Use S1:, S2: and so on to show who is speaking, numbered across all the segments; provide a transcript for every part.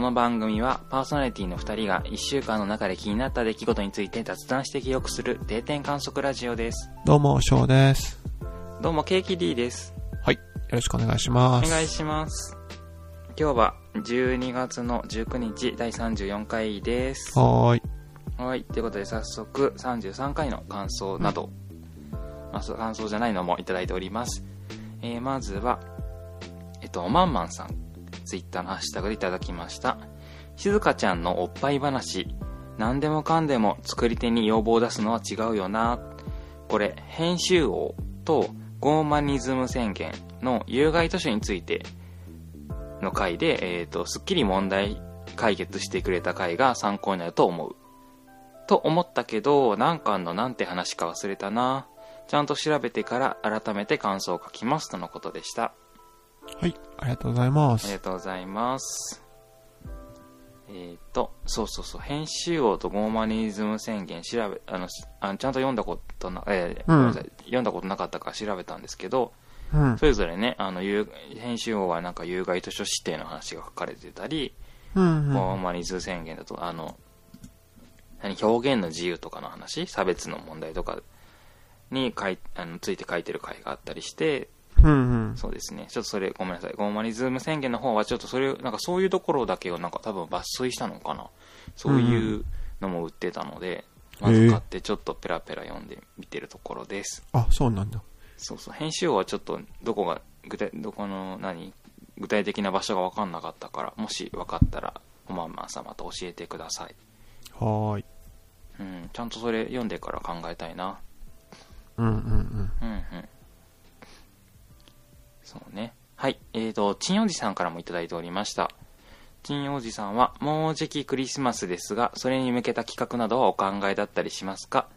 S1: の番組はパーソナリティの2人が1週間の中で気になった出来事について雑談して記憶する定点観測ラジオです。
S2: どうも、翔です。
S1: どうも、ケーキ D です。
S2: はい。よろしくお願いしま
S1: お
S2: す。
S1: 願いします。今日は12月の19日第34回です。
S2: はーい。
S1: はい。ということで、早速、33回の感想など、まあ、そう感想じゃないのもいただいております。えー、まずは、えっと、おまんまんさん、ツイッターのハッシュタグでいただきました。静香ちゃんのおっぱい話、何でもかんでも作り手に要望を出すのは違うよな。これ、編集王とゴーマニズム宣言の有害図書についての回で、えっ、と、すっきり問題解決してくれた回が参考になると思う。と思ったけど、何巻のなんて話か忘れたな。ちゃんと調べてから改めて感想を書きますとのことでした。
S2: はい。ありがとうございま
S1: ありが
S2: す。
S1: とうございます。えっ、と、そうそうそう、編集王とゴーマニズム宣言調べ、あの、しあのちゃんと読んだことな、えー
S2: うん
S1: ごめんなさい読んだことなかったから調べたんですけど、
S2: うん
S1: そ。れぞれね、あの、有編集王はなんか有害図書指定の話が書かれてたり、
S2: うん。
S1: ゴー
S2: うん
S1: マニズム宣言だと、あの、何、表現の自由とかの話、差別の問題とかに書いあのついて書いてる回があったりして、
S2: うん。
S1: そうですね。ちょっとそれ、ごめんなさい。ゴーマニズム宣言の方は、ちょっとそれ、なんかそういうところだけを、なんか多分抜粋したのかな。そういうのも売ってたので、
S2: うん
S1: まず買ってちょっとペラペラ読んでみてるところです。
S2: あ、そうなんだ。
S1: そうそう。編集王はちょっと、どこが、具体、どこの、何具体的な場所が分かんなかったから、もし分かったら、おまんまんさんまた教えてください。
S2: はーい。
S1: うん。ちゃんとそれ読んでから考えたいな。
S2: うんうんうん。
S1: うんうん。そうね。はい。えーと、チンおじさんからもいただいておりました。チンおじさんは、もうじきクリスマスですが、それに向けた企画などはお考えだったりしますか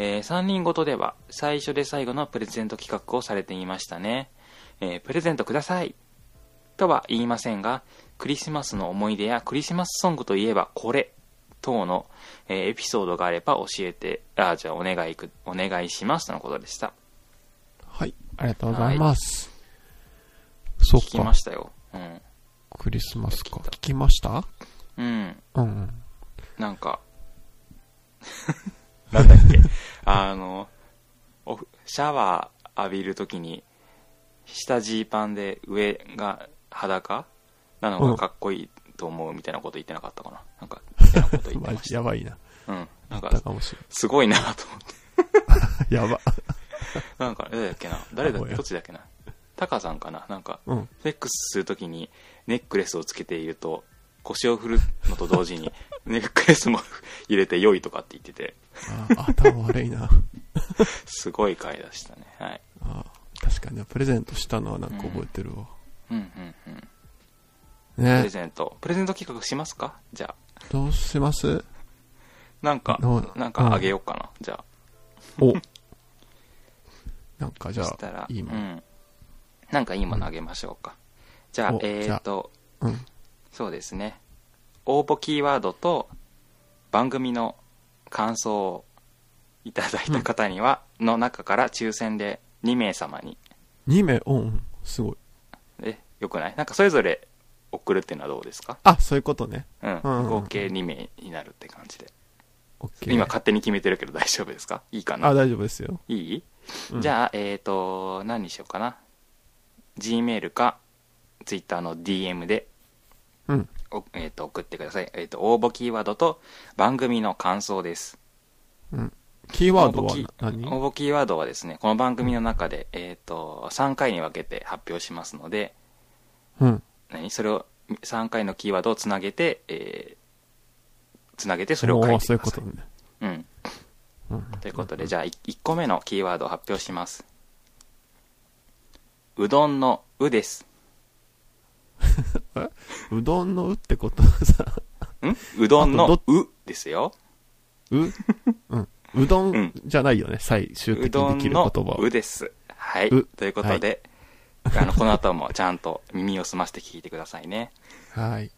S1: えー、3人ごとでは、最初で最後のプレゼント企画をされていましたね。えー、プレゼントくださいとは言いませんが、クリスマスの思い出やクリスマスソングといえばこれ等の、えーエピソードがあれば教えて、あー、じゃあお願いく、お願いしますとのことでした。
S2: はい。ありがとうございます。そ
S1: 聞き
S2: っ
S1: ま
S2: か。
S1: したよ。うん。
S2: クリスマスか。聞きました
S1: うん。
S2: うんうん。
S1: なんか、なんだっけ。 あの、おふシャワー浴びるときに、下ジーパンで上が裸なのがかっこいいと思うみたいなこと言ってなかったかな。なんか、みたいなこと言って
S2: マ
S1: まし
S2: ジ
S1: た。
S2: やばいな。
S1: うん。なん
S2: だ
S1: か、
S2: かもしれ
S1: すごいなと思って。
S2: ない。や ば。
S1: なんか、誰だっけな誰だっ
S2: お
S1: け
S2: や
S1: どっちだっけなタカさんかななんか、
S2: うん。
S1: セックスするときにネックレスをつけていると腰を振るのと同時 にネックレスも 入れて良いとかって言ってて
S2: あー頭悪いな。
S1: すごい回でしたねはい
S2: あー確かになプレゼントしたのはなんか覚えてるわ。
S1: うんうんうんプレ
S2: ね
S1: ゼントプレゼント企画しますかじゃあ
S2: どうします
S1: なんか
S2: どう
S1: なんかあげようかなじゃあ
S2: お。なんかじ
S1: そ
S2: ゃ
S1: した
S2: あ
S1: ら、
S2: いいも。
S1: うんんなんかいいものあげましょうかじゃあ
S2: お
S1: え
S2: じゃ
S1: ー
S2: あ
S1: と
S2: うん。
S1: そうですね応募キーワードと番組の感想をいただいた方には、の中から抽選で2名様に
S2: 2名、うんうん、すごい。
S1: え、よくないなんかそれぞれ送るっていうのはどうですか
S2: あ、そういうことね。
S1: うん。
S2: うん
S1: 合計2名になるって感じで。
S2: OK。
S1: 今勝手に決めてるけど大丈夫ですかいいか
S2: あ、
S1: な
S2: 大丈夫ですよ。
S1: いい、
S2: うん
S1: じゃあ、えっ、ー、と、何にしようかな。Gmail か Twitter の DM で、
S2: うん。
S1: おえー、と送ってください。えっ、と、応募キーワードと番組の感想です。
S2: うん。キーワード
S1: 応
S2: は
S1: 募キ
S2: 何
S1: 応募キーワードはですね、この番組の中で、えっ、と、3回に分けて発表しますので、
S2: うん。
S1: 何それを3回のキーワードをつなげて、えー、つなげてそれを書い
S2: おー
S1: て
S2: そういう
S1: くださ
S2: こ
S1: い。
S2: とね。
S1: うん。
S2: うん。
S1: ということで、じゃあい1個目のキーワードを発表します。うどんのうです。
S2: うどんのうってことはさ、
S1: んうどん
S2: あ
S1: の
S2: とど
S1: うですよ。
S2: う、うん。うど
S1: うん
S2: んじゃないよね、最終
S1: う
S2: 的
S1: ど
S2: にで
S1: ん
S2: きる言葉
S1: のう
S2: は。。
S1: です。はいうということで、あの、この後もちゃんと耳を澄まして聞いてくださいね。
S2: はい。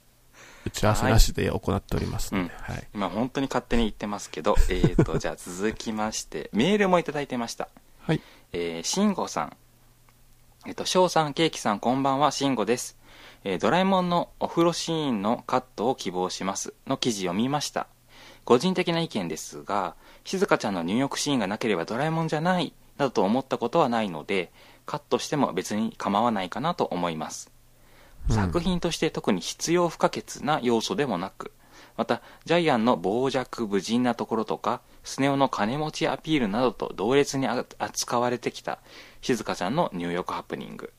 S2: 打ち合わせなしで行っておりますので、はい。
S1: 今本当に勝手に言ってますけど、 えーと、じゃあ続きまして、メールもいただいてました。
S2: はい。
S1: えー、慎吾さん。えっと、翔さん、ケーキさん、こんばんは、慎吾です。えードラえもんのお風呂シーンのカットを希望します」の記事を見ました個人的な意見ですが静香ちゃんの入浴シーンがなければドラえもんじゃないなどと思ったことはないのでカットしても別に構わないかなと思います
S2: うん
S1: 作品として特に必要不可欠な要素でもなくまたジャイアンの傍若無人なところとかスネ夫の金持ちアピールなどと同列にあ扱われてきた静香ちゃんの入浴ハプニング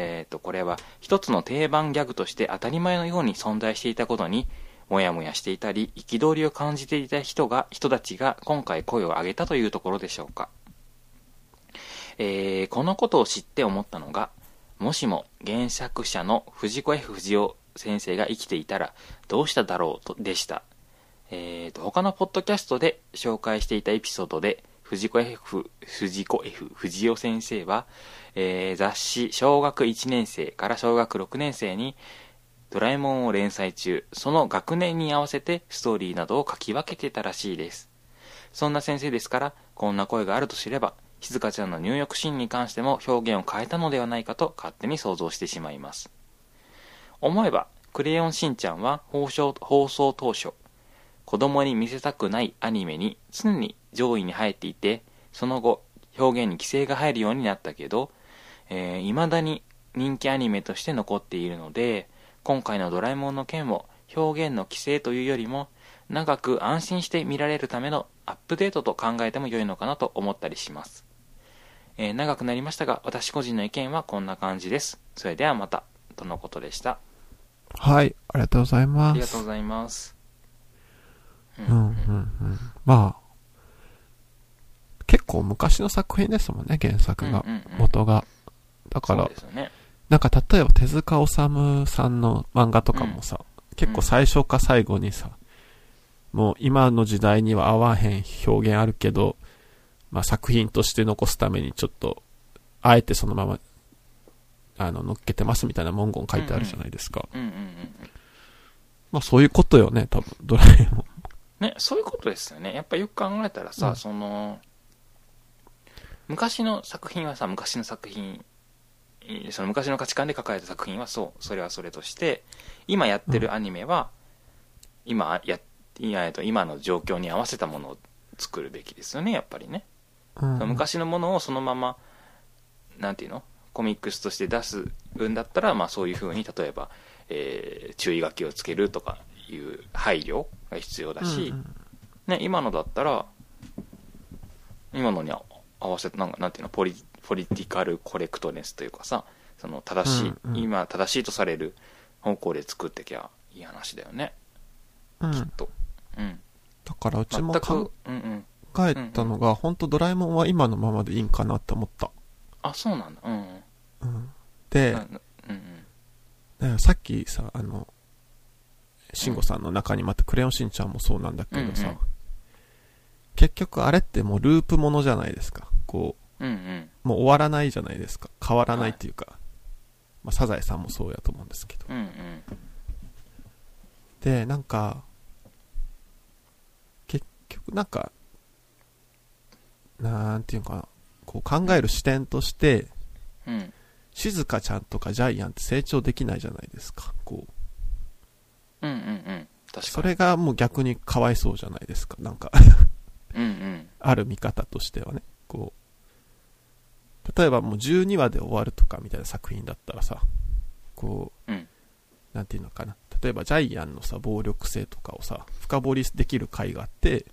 S1: えっ、とこれは一つの定番ギャグとして当たり前のように存在していたことにモヤモヤしていたり憤りを感じていた人が人たちが今回声を上げたというところでしょうかえーこのことを知って思ったのがもしも原作者の藤子 F 不二雄先生が生きていたらどうしただろうとでした。えー、と、他のポッドキャストで紹介していたエピソードで、藤子 F、藤子 F 不二雄先生は、えー雑誌小学1年生から小学6年生にドラえもんを連載中、その学年に合わせてストーリーなどを書き分けてたらしいです。そんな先生ですから、こんな声があると知れば、静香ちゃんの入浴シーンに関しても表現を変えたのではないかと勝手に想像してしまいます。思えば、クレヨンしんちゃんは放送放送当初、子供に見せたくないアニメに常に上位に入っていて、その後、表現に規制が入るようになったけど、えー、未だに人気アニメとして残っているので、今回のドラえもんの件も表現の規制というよりも、長く安心して見られるためのアップデートと考えても良いのかなと思ったりします。えー長くなりましたが、私個人の意見はこんな感じです。それではまた、とのことでした。
S2: はい、ありがとうござい
S1: あ
S2: ま
S1: りが
S2: す
S1: とう。ございます。う
S2: うんうんうん。まあ、結構昔の作品ですもんね、原作が
S1: う。んうんうん
S2: 元が。だか
S1: そう
S2: ら
S1: で、すよね。
S2: なんか例えば手塚治虫さんの漫画とかもさ、結構最初か最後にさ、もう今の時代には合わへん表現あるけど、まあ作品として残すためにちょっと、あえてそのまま、あの、乗っけてますみたいな文言書いてあるじゃないですか。
S1: うんうんうん。
S2: まあそういうことよね、多分、ドラえもん。
S1: ね、そういうことですよね。やっぱよく考えたらさ、
S2: うん
S1: その、昔の作品はさ、昔の作品、えーその昔の価値観で書かれた作品はそう、それはそれとして、今やってるアニメは、今や、今えっと今の状況に合わせたものを作るべきですよね、やっぱりね。
S2: うん、
S1: 昔のものをそのまま、なんていうのコミックスとして出すんだったら、まあそういうふうに、例えば、えー注意書きをつけるとかいう配慮が必要だし、
S2: うんうん
S1: ね、今のだったら今のに合わせてなんかなんていうのポリポリティカルコレクトネスというかさその正しい、
S2: うんうん
S1: 今正しいとされる方向で作ってきゃいい話だよね、
S2: うん
S1: きっと、うん、
S2: だからうち
S1: 全
S2: も
S1: く
S2: 考
S1: うんうん
S2: えたのが、本当ドラえもんは今のままでいいんかなって思った。
S1: あそうなんだうんうん
S2: うん、で、
S1: ななうん
S2: ねさっきさあの慎吾さんの中にまた「クレヨンしんちゃん」もそうなんだけどさ、
S1: うんうん
S2: 結局あれってもうループものじゃないですかこ
S1: うんうんうん
S2: うもう終わらないじゃないですか変わらないっていうか、まあ、サザエさんもそうやと思うんですけど
S1: うんうん
S2: でなんか結局なんかなんていうのかなこう考える視点として
S1: うん
S2: 静香ちゃんとかジャイアンって成長できないじゃないですかこう
S1: うんうんうん確か
S2: そ
S1: に
S2: れがもう逆にかわいそうじゃないですか。なんか、
S1: うんうん
S2: ある見方としてはね。こう、例えばもう12話で終わるとかみたいな作品だったらさ、こう、
S1: うん
S2: なんていうのかな。例えばジャイアンのさ、暴力性とかをさ、深掘りできる回があって、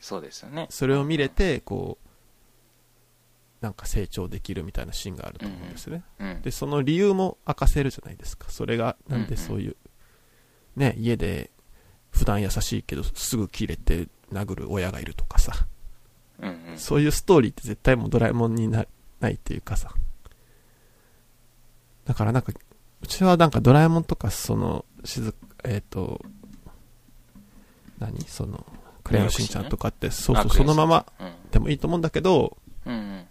S1: そうですよね
S2: それを見れて、こう、なんか成長できるみたいなシーンがあると思うんですね。
S1: うん
S2: で、その理由も明かせるじゃないですか。それが、なんでそういう、ね、家で、普段優しいけど、すぐ切れて殴る親がいるとかさ。
S1: うんうん
S2: そういうストーリーって絶対もうドラえもんになないっていうかさ。だからなんか、うちはなんかドラえもんとか、その、しず、えっ、と、何その、クレヨンしんちゃんとかって、そうそう、
S1: あクレ
S2: そ
S1: ヨンしんちゃ
S2: の
S1: ん
S2: まま
S1: うん
S2: でもいいと思うんだけど、
S1: うん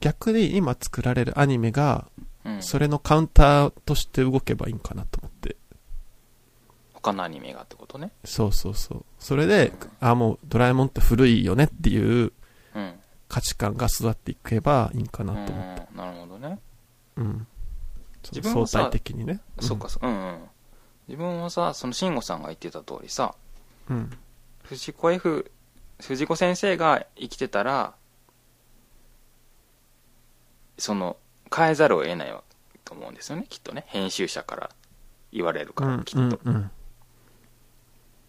S2: 逆に今作られるアニメが、
S1: うんうん
S2: それのカウンターとして動けばいいんかなと思って。
S1: 他のアニメがってことね
S2: そうそうそう。それで、あ、もうドラえもんって古いよねっていう
S1: うん
S2: 価値観が育っていけばいいんかなと思って。
S1: うんなるほどね
S2: うん。
S1: 自分もさ
S2: 相対的にね。
S1: そうか、そう、うんうん。自分はさ、その慎吾さんが言ってた通りさ、
S2: うん。うん。
S1: 藤子 F、藤子先生が生きてたら、その、変えざるを得ないわと思うんですよね、きっとね。編集者から言われる
S2: う
S1: から、
S2: ん
S1: きっと。
S2: うんうん。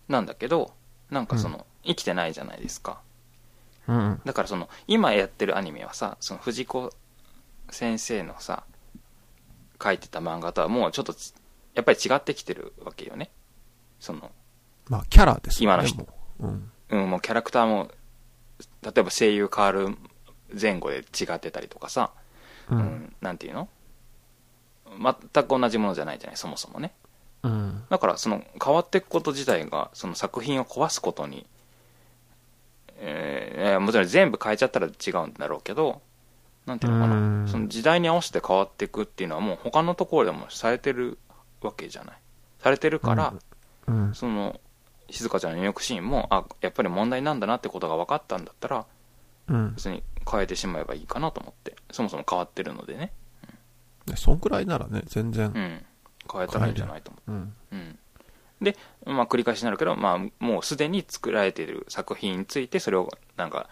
S1: なんだけど、なんかその、生きてないじゃないですか。
S2: うん。
S1: だからその、今やってるアニメはさ、その藤子先生のさ、書いてた漫画とはもうちょっとつ、やっぱり違ってきてるわけよね。その、
S2: まあ、キャラですよ
S1: 今
S2: ね。
S1: の人
S2: もう。うん。
S1: うん、もうキャラクターも、例えば声優変わる前後で違ってたりとかさ、
S2: う。
S1: うんん、なんていうの全く同じものじゃないじゃない、そもそもね。
S2: うん。
S1: だから、その変わっていくこと自体が、その作品を壊すことに、えーいやもちろん全部変えちゃったら違うんだろうけど、なんていうのか
S2: う
S1: な、
S2: ん
S1: その時代に合わせて変わっていくっていうのはもう他のところでもされてるわけじゃない。されてるから、
S2: うん。
S1: その、静香ちゃんの入浴シーンも、あ、やっぱり問題なんだなってことが分かったんだったら、
S2: うん。
S1: 別に変えてしまえばいいかなと思って、そもそも変わってるのでね、
S2: でそんくらいならね、全
S1: う
S2: 然。
S1: ん、変えたらいいんじゃないと思
S2: うん。
S1: う。うん。で、まあ繰り返しになるけど、まあもうすでに作られている作品について、それをなんか、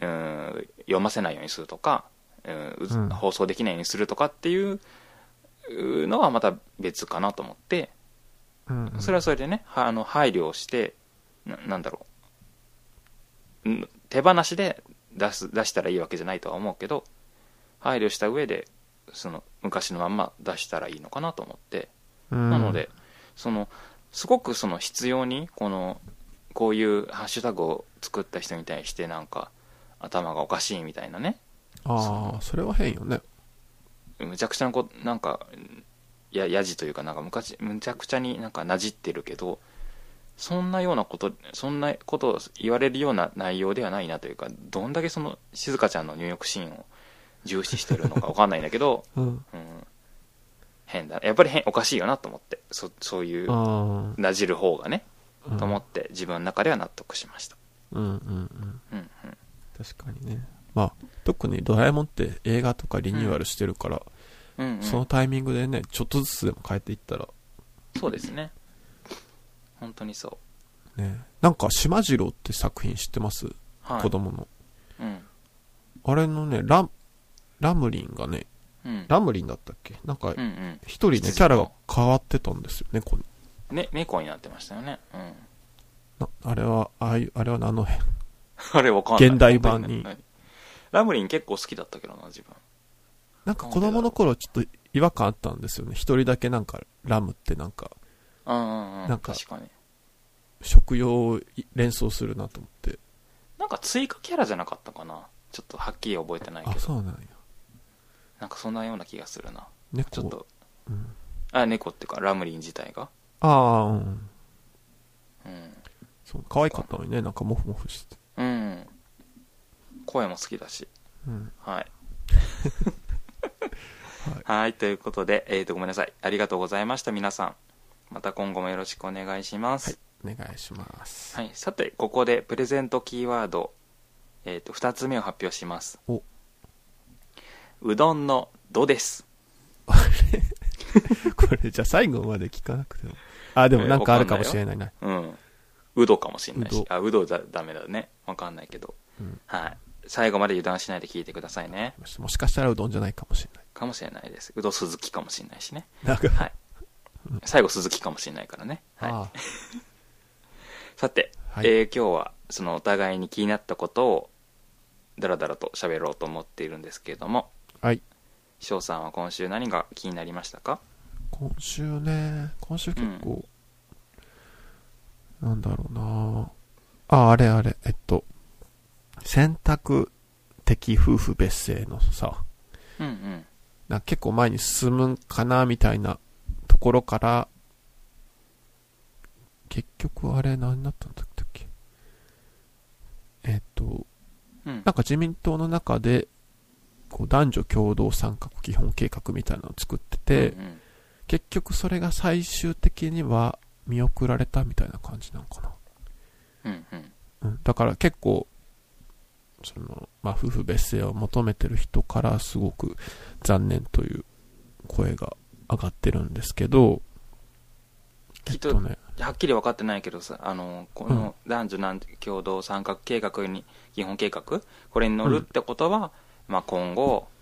S1: うーん、読ませないようにするとか、うんう
S2: うん
S1: 放送できないようにするとかっていううのはまた別かなと思って、
S2: うん。
S1: それはそれでね、はあの配慮をしてななんだろうん手放しで出す出したらいいわけじゃないとは思うけど配慮した上でその昔のまんま出したらいいのかなと思って、
S2: うん
S1: なので、そのすごくその必要にこのこういうハッシュタグを作った人に対してなんか頭がおかしいみたいなね
S2: ああ、それは変よね。
S1: むちゃくちゃなこなんかうんややじというかなんかむかちむちゃくちゃになんかなじってるけどそんなようなことそんなことを言われるような内容ではないなというかどんだけその静香ちゃんの入浴シーンを重視してるのかわ かんないんだけど、
S2: うん。
S1: うん、変だやっぱり変おかしいよなと思ってそそういう
S2: あ
S1: なじる方がね、
S2: あ。
S1: と思って自分の中では納得しました、
S2: うんうんうん。
S1: うんうん、
S2: 確かにね。まあ、特にドラえもんって映画とかリニューアルしてるから、
S1: うんうん
S2: そのタイミングでね、ちょっとずつでも変えていったら、
S1: そうですね本当にそう
S2: ね。なんか、島次郎って作品知ってます、
S1: はい
S2: 子供の。
S1: うん
S2: あれのね、ラム、ラムリンがね、
S1: うん
S2: ラムリンだったっけなんか
S1: う、んうん
S2: 一人ね、キャラが変わってたんですよね、こう
S1: ね、猫になってましたよね。うん。
S2: なあれは、ああいう、あれはあの辺。
S1: あれわかんない。
S2: 現代版に
S1: 何。ラムリン結構好きだったけどな、自分。
S2: なんか子供の頃ちょっと違和感あったんですよね。一人だけなんか、ラムってなんか、
S1: うんうんうん。
S2: なんか
S1: 確かに。
S2: 食用を連想するなと思って。
S1: なんか追加キャラじゃなかったかな。ちょっとはっきり覚えてないけ
S2: あ、
S1: ど。
S2: そうなんや。
S1: なんかそんなような気がするな。
S2: 猫。
S1: ちょっと、
S2: うん、
S1: あ、猫っていうか、ラムリン自体が。
S2: ああ、うん。
S1: うん。
S2: そう、可愛かったのにね、なんかモフモフして。
S1: うん。声も好きだし。
S2: うん。
S1: はい。
S2: はい
S1: はい、ということで、えーと、ごめんなさい。ありがとうございました、皆さん。また今後もよろしくお願いします。
S2: お願い します。
S1: はい、さてここでプレゼントキーワード、えー、と2つ目を発表します
S2: お
S1: うどんの「ど」です
S2: これじゃあ最後まで聞かなくても。あ、でもなんかあるかもしれないな。
S1: うんうどかもしれないうし
S2: ど
S1: あうどだダメだねわかんないけど、
S2: うん
S1: はい、最後まで油断しないで聞いてくださいね
S2: もしかしたらうどんじゃないかもしれない。
S1: かもしれないですうど鈴木かもしれないしね
S2: なんか、
S1: はい最後鈴木かもしれないからね、はい、
S2: あ
S1: さて、
S2: はい
S1: えー今日はそのお互いに気になったことをダラダラと喋ろうと思っているんですけれども
S2: あはい。
S1: 翔さんは今週何が気になりましたか
S2: 今週ね、今週結構、なんだろうなあ、あれあれ、えっと、選択的夫婦別姓のさ、
S1: うんうん
S2: なんか結構前に進むんかなみたいなところから、結局あれ何だったんだっけえっと、
S1: うん
S2: なんか自民党の中で、こう男女共同参画基本計画みたいなのを作ってて、
S1: うんうん
S2: 結局それが最終的には見送られたみたいな感じなのか
S1: うんうん
S2: な。うん、だから結構、その、まあ、夫婦別姓を求めてる人からすごく残念という声が上がってるんですけど、え
S1: き
S2: っ
S1: っと
S2: とね、
S1: はっきり分かってないけどさ、あの、この男女男共同参画計画に、基本計画これに乗るってことは、まあ今後、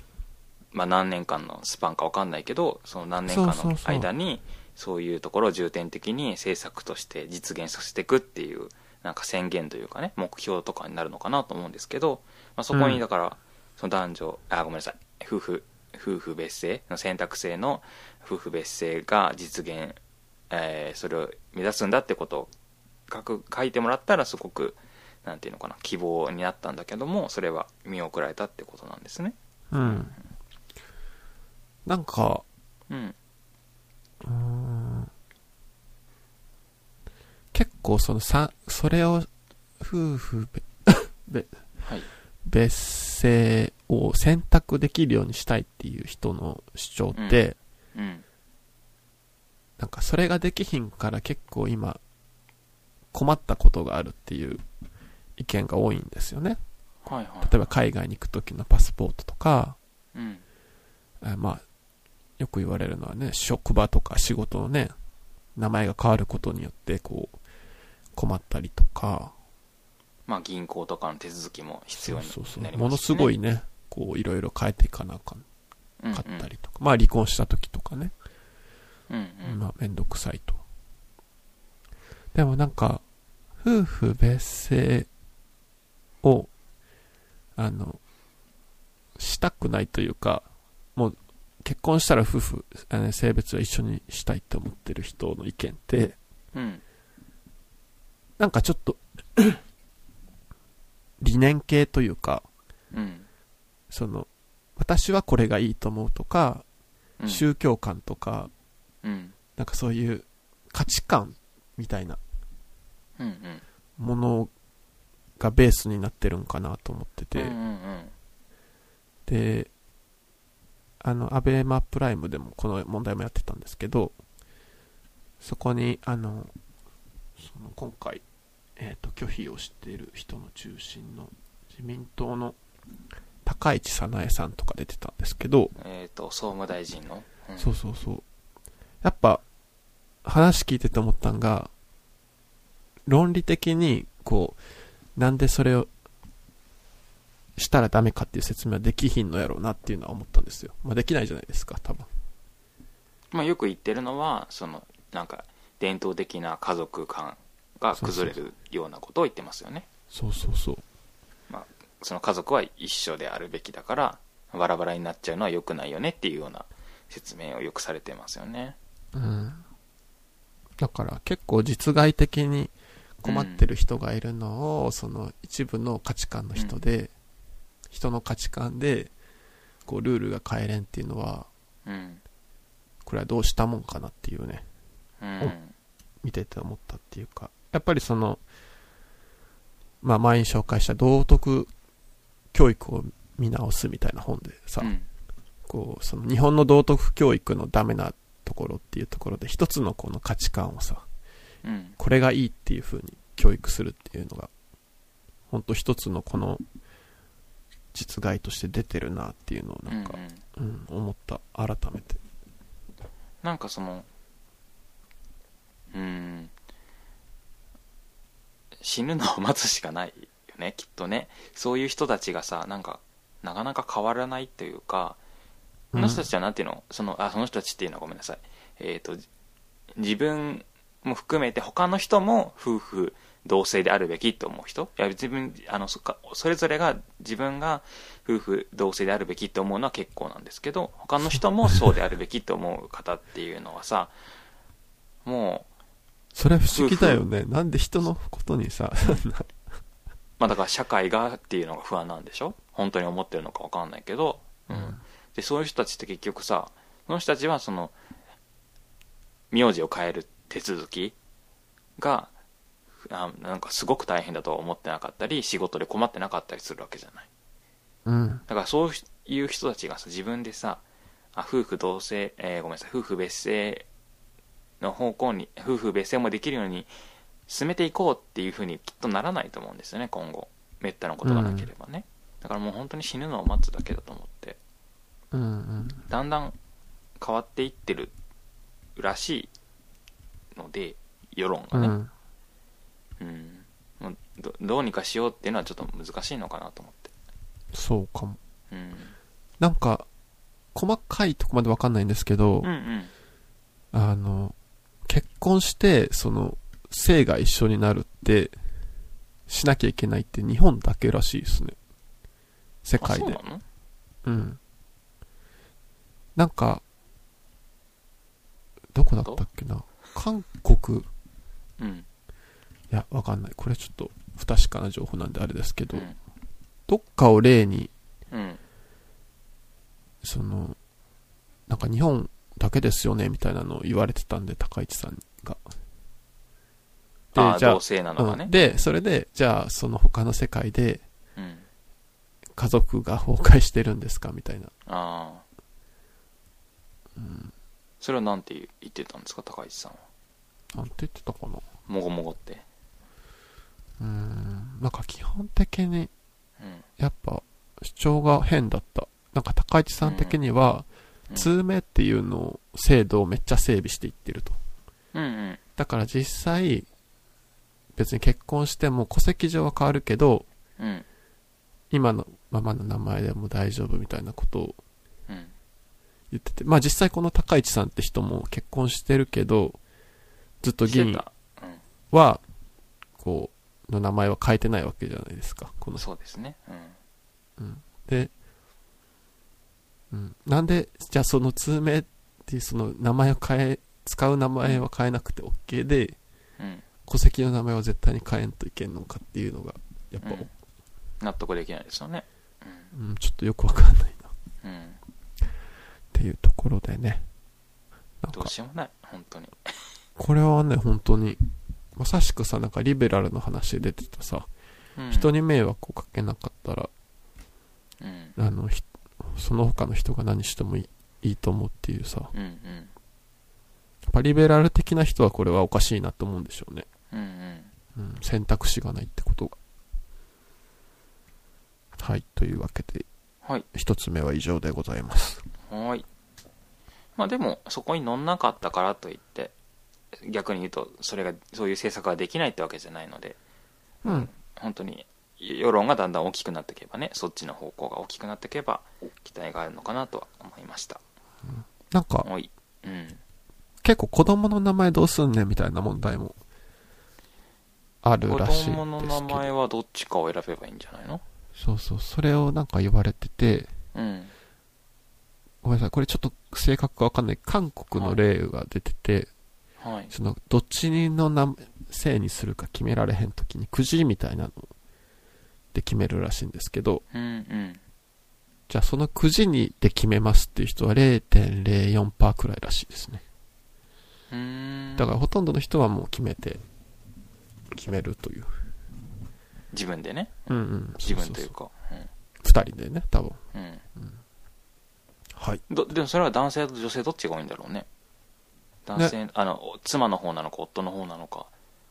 S1: まあ何年間のスパンか分かんないけど、その何年間
S2: そうそう
S1: の
S2: そう
S1: 間に、そういうところを重点的に政策として実現させていくっていう、なんか宣言というかね、目標とかになるのかなと思うんですけど、まあそこ
S2: うん
S1: にだから、その男女、あ、ごめんなさい、夫婦、夫婦別姓の選択制の夫婦別姓が実現えーそれを目指すんだってことを書く書いてもらったらすごくなんていうのかな希望になったんだけどもそれは見送られたってことなんですね
S2: うん。なんか、
S1: うん
S2: うーん結構そのさ、それを、夫婦べべ
S1: はい
S2: 別姓を選択できるようにしたいっていう人の主張って、
S1: うん
S2: なんかそれができひんから結構今困ったことがあるっていう意見が多いんですよね。
S1: はいは
S2: 例えば海外に行く時のパスポートとか、
S1: いうん
S2: えーまあ、よく言われるのはね、職場とか仕事のね、名前が変わることによってこう困ったりとか、
S1: まあ銀行とかの手続きも必要になります
S2: そうそう
S1: ね
S2: そうものすご
S1: い
S2: いね、こういろいろ変えていかなあかん
S1: 買
S2: かったりとか、まあ離婚した時とかね、
S1: うんうんうん
S2: まあ、めんどくさいと。でもなんか、夫婦別姓を、あの、したくないというか、もう、結婚したら夫婦、あの性別を一緒にしたいと思ってる人の意見って、
S1: うん
S2: なんかちょっと、 理念系というか、
S1: うん
S2: その、私はこれがいいと思うとか、
S1: うん
S2: 宗教観とか、
S1: うん
S2: なんかそういう価値観みたいな
S1: うんうん
S2: ものがベースになってるんかなと思ってて、
S1: うんうん
S2: であのアベマプライムでもこの問題もやってたんですけどそこにあのその今回、えー、と拒否をしている人の中心の自民党の高市早苗さんとか出てたんですけど、
S1: えっと総務大臣のうん
S2: そうそうそうやっぱ話聞いてて思ったんが論理的にこうなんでそれをしたらダメかっていう説明はできひんのやろうなっていうのは思ったんですよ、まあ、できないじゃないですか多分
S1: まあよく言ってるのはそのなんか伝統的な家族観が崩れるようなことを言ってますよね
S2: そうそうそう
S1: その家族は一緒であるべきだからバラバラになっちゃうのは良くないよねっていうような説明をよくされてますよね
S2: うんだから結構実害的に困ってる人がいるのを、その一部の価値観の人で、人の価値観でこうルールが変えれんっていうのは
S1: うん
S2: これはどうしたもんかなっていうね
S1: うん
S2: 見てて思ったっていうか、やっぱりその、まあ前に紹介した道徳教育を見直すみたいな本でさ、
S1: うん
S2: こう、その日本の道徳教育のダメなところっていうところで一つのこの価値観をさ、
S1: うん
S2: これがいいっていう風に教育するっていうのが、ほんと一つのこの実害として出てるなっていうのを
S1: う
S2: なん
S1: ん
S2: か、うん、思った、改めて。
S1: なんかそのうん死ぬのを待つしかないよね きっとねそういう人たちがさなんかなかなか変わらないというかその人たちはなんていうのそのあその人たちっていうのはごめんなさいえっ、とじ自分も含めて他の人も夫婦同姓であるべきと思う人いや自分あのそっかそれぞれが自分が夫婦同姓であるべきと思うのは結構なんですけど他の人もそうであるべきと思う方っていうのはさもう
S2: それは不思議だよね。なんで人のことにさ、
S1: まあだから社会がっていうのが不安なんでしょ本当に思ってるのか分かんないけど、うん、でそういう人たちって結局さその人たちはその名字を変える手続きがあなんかすごく大変だとは思ってなかったり仕事で困ってなかったりするわけじゃない
S2: うん。
S1: だからそういう人たちがさ自分でさあ夫婦同姓、えーごめんなさい夫婦別姓の方向に夫婦別姓もできるように進めていこうっていうふうにきっとならないと思うんですよね今後めったなことがなければね、だからもう本当に死ぬのを待つだけだと思って
S2: うんうん。
S1: だんだん変わっていってるらしいので世論
S2: う
S1: がね、
S2: ん。
S1: うんもうどどうにかしようっていうのはちょっと難しいのかなと思って
S2: そうかも。
S1: うん
S2: なんか、細かいとこまでわかんないんですけど、
S1: うんうん
S2: あの、結婚して、その、性が一緒になるって、しなきゃいけないって日本だけらしいですね。世
S1: あ
S2: 界
S1: そう
S2: で
S1: な。の
S2: うん。なんか、どこだったっけな韓国、い
S1: うん
S2: や、わかんない。これちょっと不確かな情報なんであれですけ
S1: う
S2: ど、
S1: ん
S2: どっかを例に、
S1: うん
S2: その、なんか日本だけですよね、みたいなのを言われてたんで、高市さんが。
S1: ああ
S2: じゃあ
S1: 同性なのか
S2: う
S1: ね
S2: ん、で、それで、じゃあ、その他の世界で
S1: うん
S2: 家族が崩壊してるんですかみたいな。
S1: ああ
S2: うん。
S1: それはなんて言ってたんですか高市さんは
S2: なんて言ってたかな
S1: もごもごって
S2: うん。なんか基本的に、
S1: うん
S2: やっぱ、主張が変だった。なんか高市さん的には、
S1: うん
S2: 通名っていうのを、制度をめっちゃ整備していってると。
S1: うんうん
S2: だから実際、別に結婚しても戸籍上は変わるけど、
S1: うん
S2: 今のままの名前でも大丈夫みたいなことを
S1: うん
S2: 言ってて、まあ実際この高市さんって人も結婚してるけど、ずっと議
S1: して
S2: 員
S1: た
S2: は、こう、の名前は変えてないわけじゃないですか、こ
S1: うん
S2: の人。
S1: そうですねうん
S2: うん、で、うん、なんで、じゃあその通名っていうその名前を変え、使う名前は変えなくて OK で、
S1: うん
S2: 戸籍の名前は絶対に変えんといけんのかっていうのが、やっぱ、
S1: うん納得できないですよねうん
S2: うん、ちょっとよくわかんないなっ
S1: うん
S2: ていうところでね。なん
S1: ど
S2: か
S1: う、しようもない本当に
S2: これはね、本当に、まさしくさ、なんかリベラルの話で出てたさ、
S1: うん
S2: 人に迷惑をかけなかったら、
S1: うん
S2: あの、ひその他の人が何してもいいいいと思うっていうさ、や
S1: うんうん
S2: っぱリベラル的な人はこれはおかしいなと思うんでしょうね。
S1: うんうん
S2: うん、選択肢がないってことが。はい、というわけで、
S1: はい
S2: 一つ目は以上でございます。
S1: はーいまあでもそこに乗んなかったからといって逆に言うとそれがそういう政策ができないってわけじゃないので
S2: うん、
S1: 本当に世論がだんだん大きくなっていけばねそっちの方向が大きくなっていけば期待があるのかなとは思いました
S2: なんか、
S1: おいうん
S2: 結構子供の名前どうすんねんみたいな問題も、ある
S1: 子
S2: らしいんですけど。
S1: 供の名前はどっちかを選べばいいんじゃないの
S2: そうそう、それをなんか言われてて、
S1: うん
S2: ごめんなさい、これちょっと正確かわかんない。韓国の例が出てて、
S1: はい
S2: その、どっちの名姓にするか決められへんときに、くじみたいなので決めるらしいんですけど、
S1: うんうん
S2: じゃあそのくじにで決めますっていう人は0.04%くらいらしいですね。
S1: うーん
S2: だからほとんどの人はもう決めて、決めるという。
S1: 自分でね
S2: うんうん。
S1: 自分と
S2: で
S1: いうか
S2: 二人でね、多分。
S1: うんうん
S2: はい。
S1: どでもそれは男性と女性どっちが多いんだろうね男性、あのお妻の方なのか夫の方なのか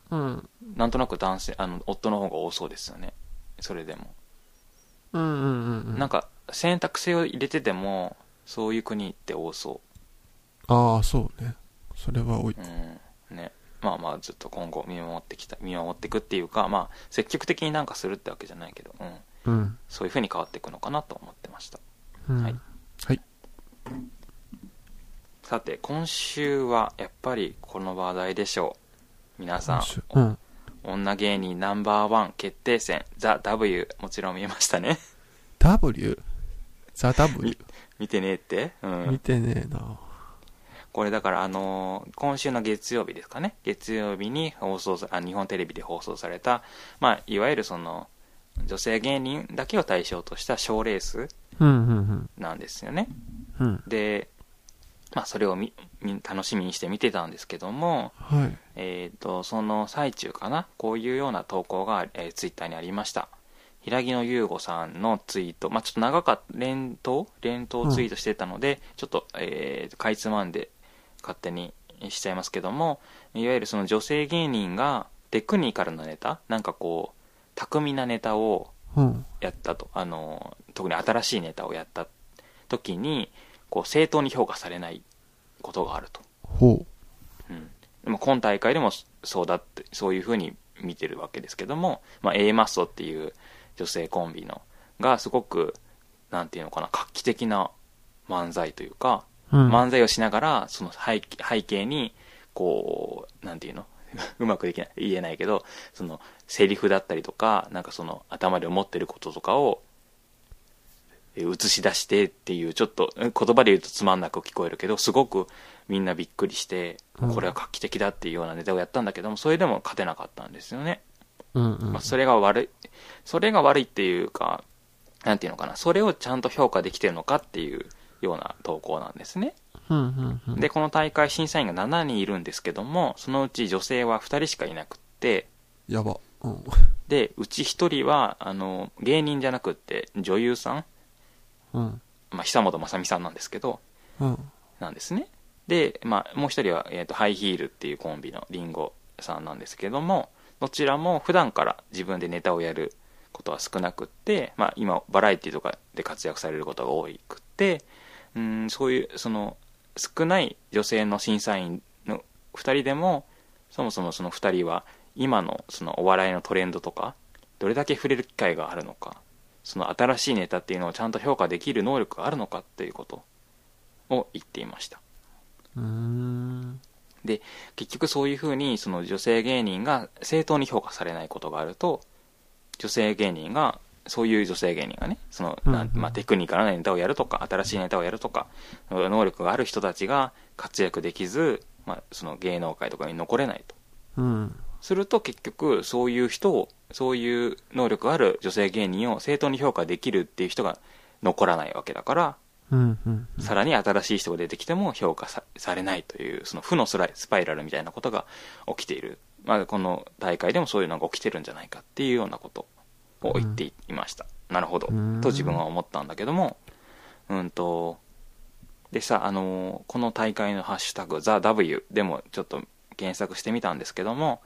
S2: うん。
S1: なんとなく男性あの夫の方が多そうですよねそれでも、
S2: うんうんうんうん。
S1: なんか選択肢を入れててもそういう国って多そ、
S2: ああ、そうね。それは多いう
S1: うん、ねまあまあずっと今後見守ってきた見守っていくっていうかまあ積極的になんかするってわけじゃないけど、うん、
S2: うん。
S1: そういう風に変わっていくのかなと思ってました
S2: うん
S1: はい。
S2: はい。
S1: さて今週はやっぱりこの話題でしょう皆さん
S2: 今週うん。
S1: 女芸人ナンバーワン決定戦ザ・ W もちろん見えましたね
S2: W? ザ・ W?
S1: 見てねえって、う
S2: 見
S1: ん、
S2: てねえな
S1: これだからあのー今週の月曜日ですかね月曜日に放送さあ日本テレビで放送された、まあ、いわゆるその女性芸人だけを対象とした賞ーレース
S2: うんうんうん。
S1: なんですよね
S2: うん。
S1: で、まあ、それをみみ楽しみにして見てたんですけども、
S2: はい。
S1: えー、とその最中かなこういうような投稿が、えー、ツイッターにありました平木の優吾さんのツイート、まあ、ちょっと長かった連投連投ツイートしてたので、ちょっと、えーかいつまんで勝手にしちゃいますけどもいわゆるその女性芸人がテクニカルなネタなんかこう巧みなネタを
S2: うん。
S1: やったとあの特に新しいネタをやった時にこう正当に評価されないっことがあると。
S2: ほ
S1: うん、でも今大会でもそそうだってそういうふうに見てるわけですけども、まあ、A マッソっていう女性コンビのがすごくなんていうのかな画期的な漫才というか、
S2: う。うん。
S1: 漫才をしながらその背景背景にこうなんていうの うまくできない言えないけどそのセリフだったりとかなんかその頭で思ってることとかをえ映し出してっていうちょっとうん言葉で言うとつまんなく聞こえるけどすごくみんなびっくりして
S2: うん
S1: これは画期的だっていうようなネタをやったんだけどもそれでも勝てなかったんですよね、
S2: うんうん
S1: まあ、それが悪いそれが悪いっていうかなんていうのかなそれをちゃんと評価できてるのかっていうような投稿なんですね
S2: うんうんうん。
S1: で、この大会審査員が7人いるんですけども、そのうち女性は2人しかいなくって、
S2: やば。うん。
S1: で、うち1人は、あの、芸人じゃなくって女優さん、
S2: うん。
S1: まあ、久本雅美さんなんですけど、
S2: うん。
S1: なんですね。で、まあ、もう1人は、えーと、ハイヒールっていうコンビのリンゴさんなんですけども、どちらも普段から自分でネタをやることは少なくって、まあ、今、バラエティとかで活躍されることが多くって、うん、そういう、その、少ない女性の審査員の2人でもそもそもその2人は今のそのお笑いのトレンドとかどれだけ触れる機会があるのかその新しいネタっていうのをちゃんと評価できる能力があるのかっていうことを言っていました
S2: うーん。
S1: 結局そういうふうにその女性芸人が正当に評価されないことがあると女性芸人がそういう女性芸人がねその、なん
S2: うんうん
S1: まあ、テクニカルなネタをやるとか新しいネタをやるとか能力がある人たちが活躍できず、まあ、その芸能界とかに残れないと
S2: うん。
S1: すると結局そういう人をそういう能力がある女性芸人を正当に評価できるっていう人が残らないわけだから
S2: うんうん。
S1: さらに新しい人が出てきても評価さされないというその負のスライスパイラルみたいなことが起きている、まあ、この大会でもそういうのが起きてるんじゃないかっていうようなことを言っていました、なるほど
S2: うん
S1: と自分は思ったんだけどもうんとでさあのーこの大会の「ハッシュタグ #THEW」でもちょっと検索してみたんですけども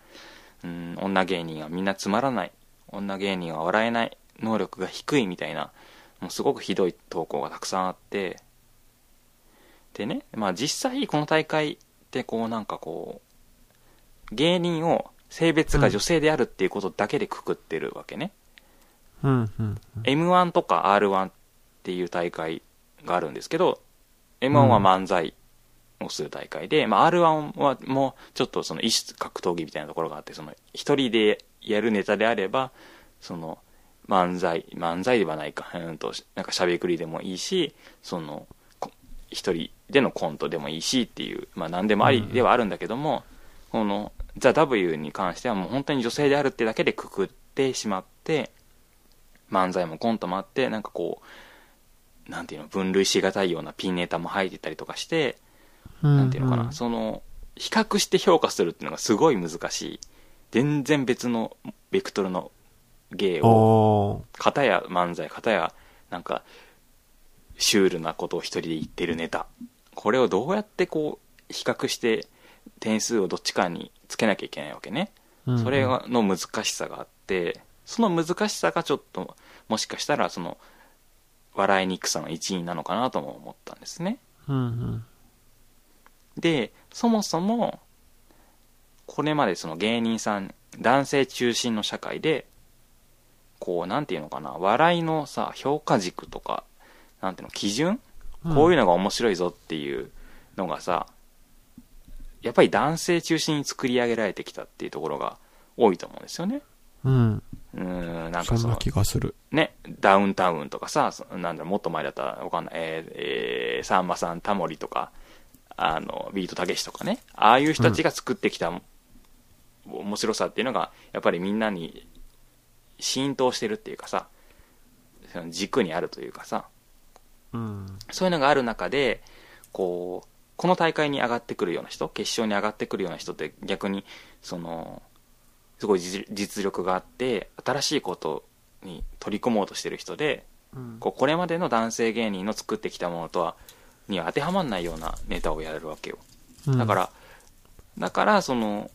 S1: うん女芸人はみんなつまらない女芸人は笑えない能力が低いみたいなもうすごくひどい投稿がたくさんあってでね、まあ、実際この大会ってこうなんかこう芸人を性別が女性であるっていうことだけでくくってるわけね、
S2: うんうん。
S1: M1 とか R1 っていう大会があるんですけど、M1 は漫才をする大会で、まあ R1 はもうちょっとその異種格闘技みたいなところがあって、その一人でやるネタであれば、その漫才、漫才ではないか、うんと、なんか喋りでもいいし、その、こ一人でのコントでもいいしっていう、まあ何でもありではあるんだけども、この、ザ・ W に関してはもう本当に女性であるってだけでくくってしまって、漫才もコントもあってなんかこうなんていうの分類しがたいようなピンネタも入ってたりとかして、なんていうのかなその比較して評価するっていうのがすごい難しい全然別のベクトルの芸
S2: お
S1: を
S2: お
S1: 片や漫才片やなんかシュールなことを一人で言ってるネタこれをどうやってこう比較して点数をどっちかにつけなきゃいけないわけね、
S2: ー。うん
S1: それ。がの難しさがあってその難しさがちょっともしかしたらその笑いにくさの一因なのかなとも思ったんですね
S2: うんうん。
S1: でそもそもこれまでその芸人さん男性中心の社会でこうなんていうのかな笑いのさ評価軸とかなんていうの基準こういう
S2: の。
S1: のが面白いぞっていうのがさ、やっぱり男性中心に作り上げられてきたっていうところが多いと思うんですよね。
S2: うん。
S1: うーん、なんか
S2: そ
S1: そ
S2: んな
S1: の、
S2: 気がする。
S1: ね、ダウンタウンとかさ、そなんだろう、もっと前だったらわかんない、えーえーさんまさん、タモリとか、あの、ビートたけしとかね、ああいう人たちが作ってきた、面白さっていうのが、やっぱりみんなに浸透してるっていうかさ、その軸にあるというかさ、
S2: うん。
S1: そういうのがある中で、こう、この大会に上がってくるような人、決勝に上がってくるような人って逆に、その、すごい実実力があって、新しいことに取り込もうとしてる人で、
S2: うん
S1: こうこれまでの男性芸人の作ってきたものとは、には当てはまんないようなネタをやるわけよ。だから、だからその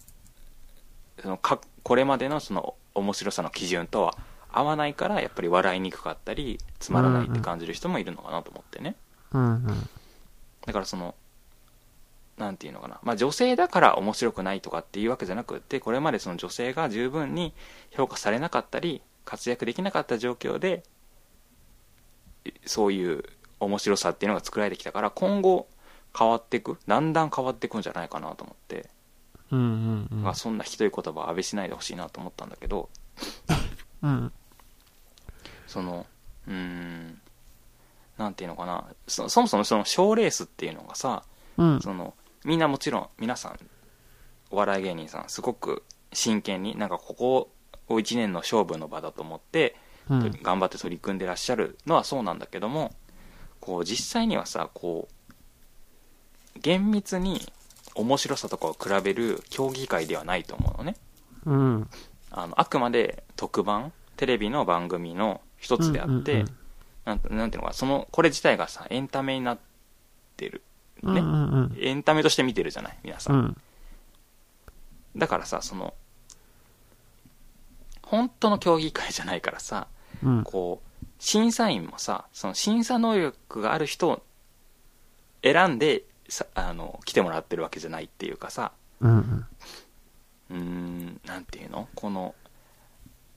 S1: そのかこれまでのその面白さの基準とは合わないからやっぱり笑いにくかったりつまらないって感じる人もいるのかなと思ってね
S2: うんうん。
S1: だからそのなんていうのかな、まあ、女性だから面白くないとかっていうわけじゃなくってこれまでその女性が十分に評価されなかったり活躍できなかった状況でそういう面白さっていうのが作られてきたから今後変わっていくだんだん変わっていくんじゃないかなと思って、
S2: うんうんうん。
S1: まあ、そんなひどい言葉は浴びしないでほしいなと思ったんだけど
S2: うん。
S1: そのうーんなんていうのかなそそもそもその賞ーレースっていうのがさ
S2: うん。
S1: そのみんなもちろん皆さんお笑い芸人さんすごく真剣になんかここを1年の勝負の場だと思って、
S2: うん。
S1: 頑張って取り組んでらっしゃるのはそうなんだけどもこう実際にはさこう厳密に面白さとかを比べる競技会ではないと思うのね
S2: うん。
S1: あのあくまで特番テレビの番組の一つであって、
S2: うんうんうん
S1: なんなんていうのかそのこれ自体がさエンタメになってる
S2: うん
S1: ね、
S2: うんうん。
S1: エンタメとして見てるじゃない皆さ、
S2: うんん。
S1: だからさその本当の競技会じゃないからさ
S2: うん。
S1: こう審査員もさその審査能力がある人を選んでさあの来てもらってるわけじゃないっていうかさ
S2: うん。
S1: うーんなんていうのこの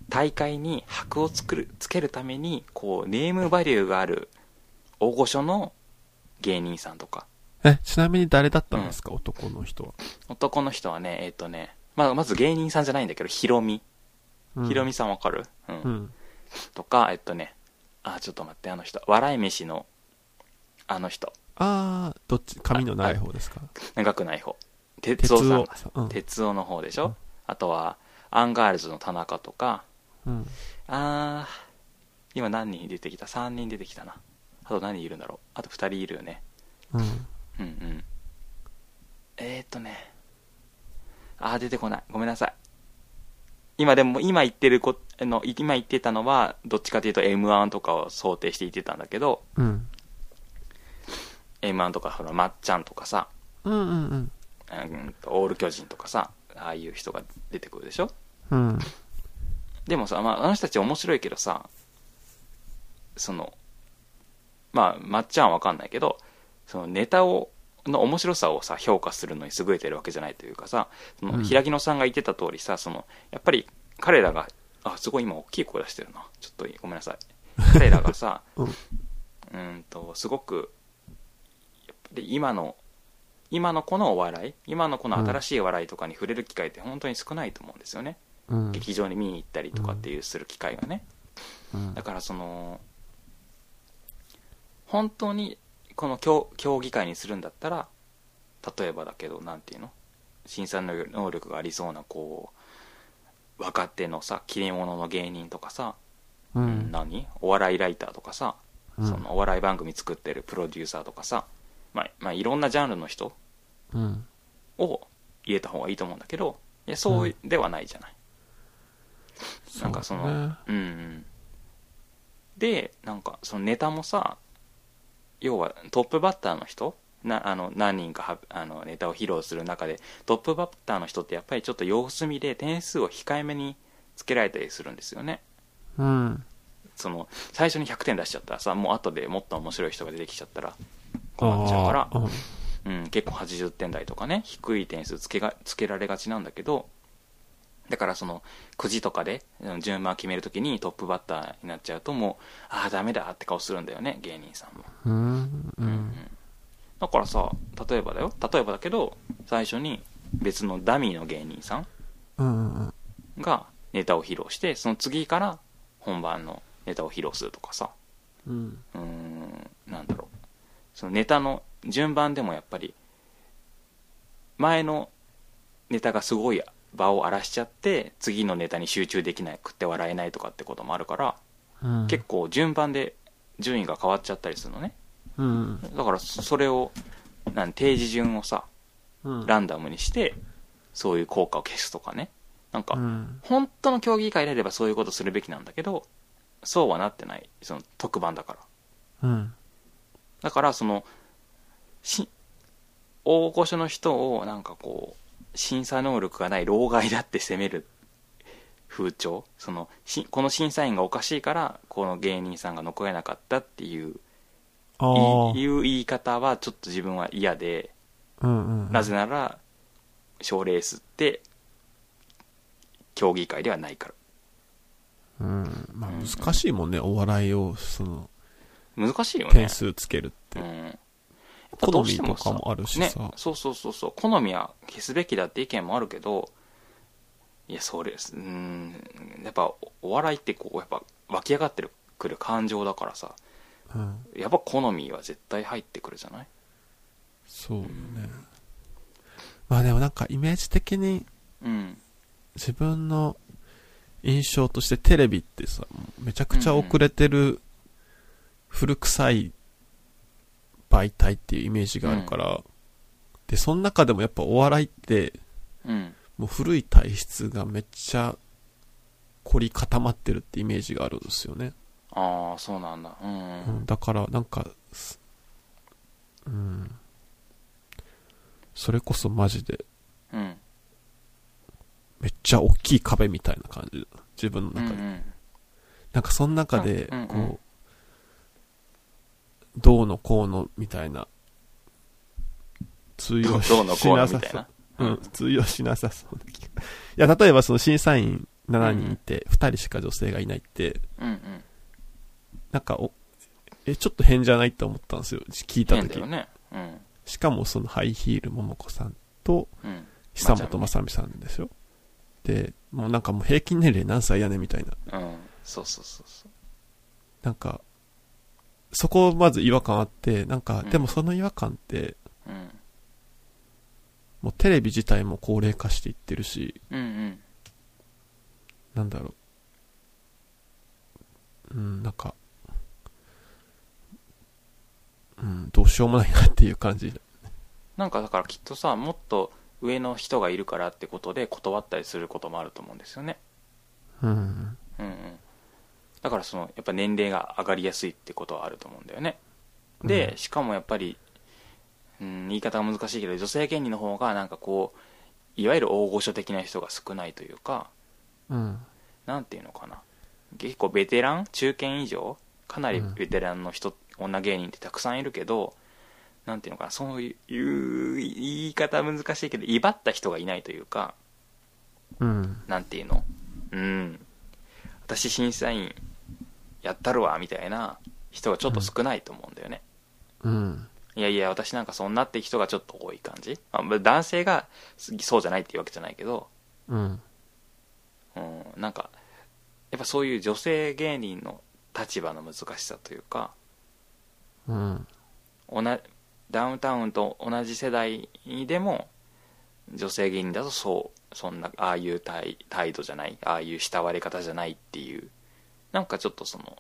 S1: 大会に箔を作るつけるためにこうネームバリューがある大御所の芸人さんとか
S2: え、ちなみに誰だったんですか、男の人は。
S1: 男の人はねえっ、とね、まあ、まず芸人さんじゃないんだけどヒロミ
S2: うん
S1: ヒロミ。さんわかる、うん
S2: うん。
S1: とかえっとねあちょっと待ってあの人笑い飯のあの人
S2: あー、どっち、髪の長い方ですか
S1: 長くない方
S2: 鉄
S1: 哲夫さん
S2: を。うん。
S1: 鉄夫の方でしょ、
S2: うん
S1: あとはアンガールズの田中とか
S2: うん。
S1: あー今何人出てきた3人出てきたなあと何人いるんだろうあと2人いるよね
S2: うん。
S1: うんうんえー、っとねあー出てこないごめんなさい今でも今言ってるこあの今言ってたのはどっちかというと m 1とかを想定して言ってたんだけど
S2: うん。
S1: m 1とかほらまっちゃんとかさ
S2: うんうんうん。
S1: うんとオール巨人とかさああいう人が出てくるでしょ
S2: うん。
S1: でもさ、まあ、あの人たち面白いけどさ、その、まあ、まっちゃんはわかんないけど、そのネタを、の面白さをさ、評価するのに優れてるわけじゃないというかさ、そうの、
S2: ん
S1: 平木野さんが言ってた通りさ、その、やっぱり彼らが、あ、すごい今大きい声出してるな。ちょっとごめんなさい。彼らがさ、
S2: うん
S1: うーんと、すごく、やっぱり今の、今の子のお笑い、今の子の新しいお笑いとかに触れる機会って本当に少ないと思うんですよね。
S2: うん。
S1: 劇場に見に行ったりとかっていうする機会がね
S2: うん
S1: だからその本当にこの競競技会にするんだったら例えばだけどなんていうの審査能力能力がありそうなこう若手のさ切れ者の芸人とかさ、
S2: う。
S1: うん何お笑いライターとかさ、
S2: うん
S1: そのお笑い番組作ってるプロデューサーとかさ、まあ、まあいろんなジャンルの人
S2: うん。
S1: を入れた方がいいと思うんだけどいやそうではないじゃない、なんかその
S2: うね
S1: うんうんでなんかそのネタもさ要はトップバッターの人なあの何人かはあのネタを披露する中でトップバッターの人ってやっぱりちょっと様子見で点数を控えめにつけられたりするんですよね
S2: うん。
S1: その最初に100点出しちゃったらさもう後でもっと面白い人が出てきちゃったら困っちゃうから
S2: あーうん
S1: うん、結構80点台とかね低い点数つけがつけられがちなんだけどだからそのくじとかでうん順番決めるときにトップバッターになっちゃうともうああダメだって顔するんだよね芸人さんも、
S2: うん。う。
S1: うんだからさ例えばだよ例えばだけど最初に別のダミーの芸人さん
S2: うん。うん。
S1: がネタを披露してその次から本番のネタを披露するとかさ
S2: うん。
S1: うーんなんだろうそのネタの順番でもやっぱり前のネタがすごい場を荒らしちゃって次のネタに集中できなくって笑えないとかってこともあるから、
S2: うん。
S1: 結構順番で順位が変わっちゃったりするのね
S2: うん。
S1: だからそそれをなん定時順をさ
S2: うん。
S1: ランダムにしてそういう効果を消すとかねなんか、
S2: うん。
S1: 本当の競技会であればそういうことするべきなんだけどそうはなってないその特番だから
S2: うん。
S1: だからそのし大御所の人をなんかこう審査能力がない老害だって責める風潮そのしこの審査員がおかしいからこの芸人さんが残れなかったっていう
S2: あ
S1: い
S2: あ。
S1: いう言い方はちょっと自分は嫌で
S2: うんうんうん。
S1: なぜなら、賞レースって、競技会ではないから。
S2: うん。まあ難しいもんね、お笑いを、その、
S1: 難しいよね。
S2: 点数つけるっ
S1: う
S2: て。
S1: ん。やっぱど
S2: 好
S1: うし
S2: み
S1: て
S2: と
S1: もさ
S2: かもあるし
S1: ね
S2: さ。。
S1: そうそうそうそう。好みは消すべきだって意見もあるけど、いや、それ、うーん、やっぱおお笑いってこう、やっぱ湧き上がってくる感情だからさ、
S2: うん。
S1: やっぱ好みは絶対入ってくるじゃない
S2: そうよね。まあでもなんかイメージ的に
S1: うん。
S2: 自分の印象としてテレビってさ、めちゃくちゃ遅れてる古臭い媒体っていうイメージがあるから、で、その中でもやっぱお笑いって
S1: うん。
S2: もう古い体質がめっちゃ凝り固まってるってイメージがあるんですよね。
S1: ああ、そうなんだ。うんうん。
S2: うん、だからなんか、すうん。それこそマジで
S1: うん。
S2: めっちゃ大きい壁みたいな感じ。自分の
S1: うんう
S2: 中で。
S1: ん
S2: なんかその中で
S1: うんうんうん、
S2: こう、どうのこうのみたいな、通
S1: ど
S2: 用
S1: う
S2: し
S1: どうのこうの
S2: し
S1: み
S2: な
S1: たい
S2: さ
S1: な。
S2: そう。う
S1: うん
S2: ん、通用しなさそうな気が。 いや、例えばその審査員7人いて、2人しか女性がいないって、
S1: うんうん。
S2: なんかお、え、ちょっと変じゃないって思ったんですよ。聞いた
S1: 変だ
S2: 時
S1: よね。うん。
S2: しかもそのハイヒール桃子さんと
S1: うん。
S2: 久本雅美さんでしょ。で、もうなんかもう平均年齢何歳やねんみたいな。
S1: うん。そうそうそうそう。
S2: なんか、そこまず違和感あって、なんか、
S1: うん
S2: でもその違和感って、
S1: うん。
S2: もうテレビ自体も高齢化していってるし、
S1: うんうん。
S2: なんだろう。うん、なんか、うん、どうしようもないなっていう感じ。
S1: なんかだからきっとさ、もっと上の人がいるからってことで断ったりすることもあると思うんですよね。
S2: うん。
S1: うんうん。だからその、やっぱ年齢が上がりやすいってことはあると思うんだよね。で、
S2: うん
S1: しかもやっぱり、うん、言い方が難しいけど、女性芸人の方がなんかこう、いわゆる大御所的な人が少ないというか、
S2: うん。
S1: なんていうのかな結構ベテラン中堅以上かなり
S2: うん
S1: ベテランの人、女芸人ってたくさんいるけどなんていうのかなそういう言い方難しいけど威張った人がいないというか
S2: うん。
S1: なんていうのうん私審査員やったるわみたいな人がちょっと少ないと思うんだよね、
S2: うん。
S1: いやいや私なんかそんなって人がちょっと多い感じ、まあ、男性がそうじゃないっていうわけじゃないけど
S2: うん。
S1: うん、なんかやっぱそういう女性芸人の立場の難しさというか
S2: うん。
S1: 同じダウンタウンと同じ世代にでも女性芸人だとそうそんなああいう態態度じゃないああいう慕われ方じゃないっていうなんかちょっとその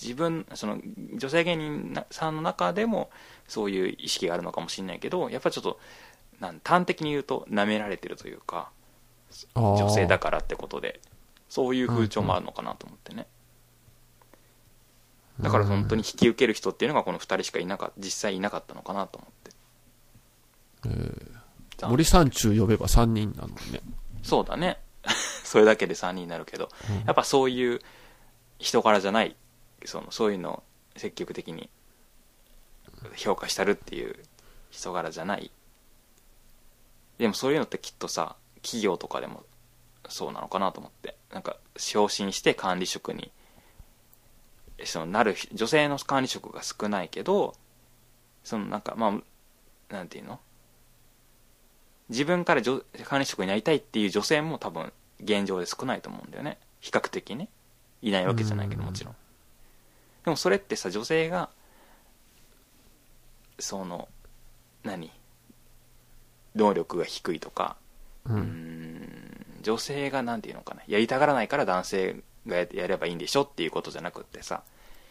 S1: 自分その女性芸人なさんの中でもそういう意識があるのかもしれないけどやっぱちょっとなん端的に言うと舐められてるというか女
S2: 女
S1: 性だからってことでそういう風潮もあるのかなと思ってね、だから本当に引き受ける人っていうのがこの2人しかいなか実際いなかったのかなと思って残
S2: 森三中呼べば3人なのね。
S1: そうだね それだけで3人になるけど
S2: うん
S1: やっぱそういう人からじゃないそのそういうのを積極的に評価したるっていう人柄じゃないでもそういうのってきっとさ企業とかでもそうなのかなと思ってなんか昇進して管理職にそのなる女性の管理職が少ないけどそのなんかまあなんていうの自分から女管理職になりたいっていう女性も多分現状で少ないと思うんだよね比較的ねいないわけじゃないけど
S2: うん
S1: もちろんでもそれってさ女性がその何能力が低いとか
S2: う
S1: うー
S2: ん。
S1: ん女性がなんていうのかなやりたがらないから男性がややればいいんでしょっていうことじゃなくってさ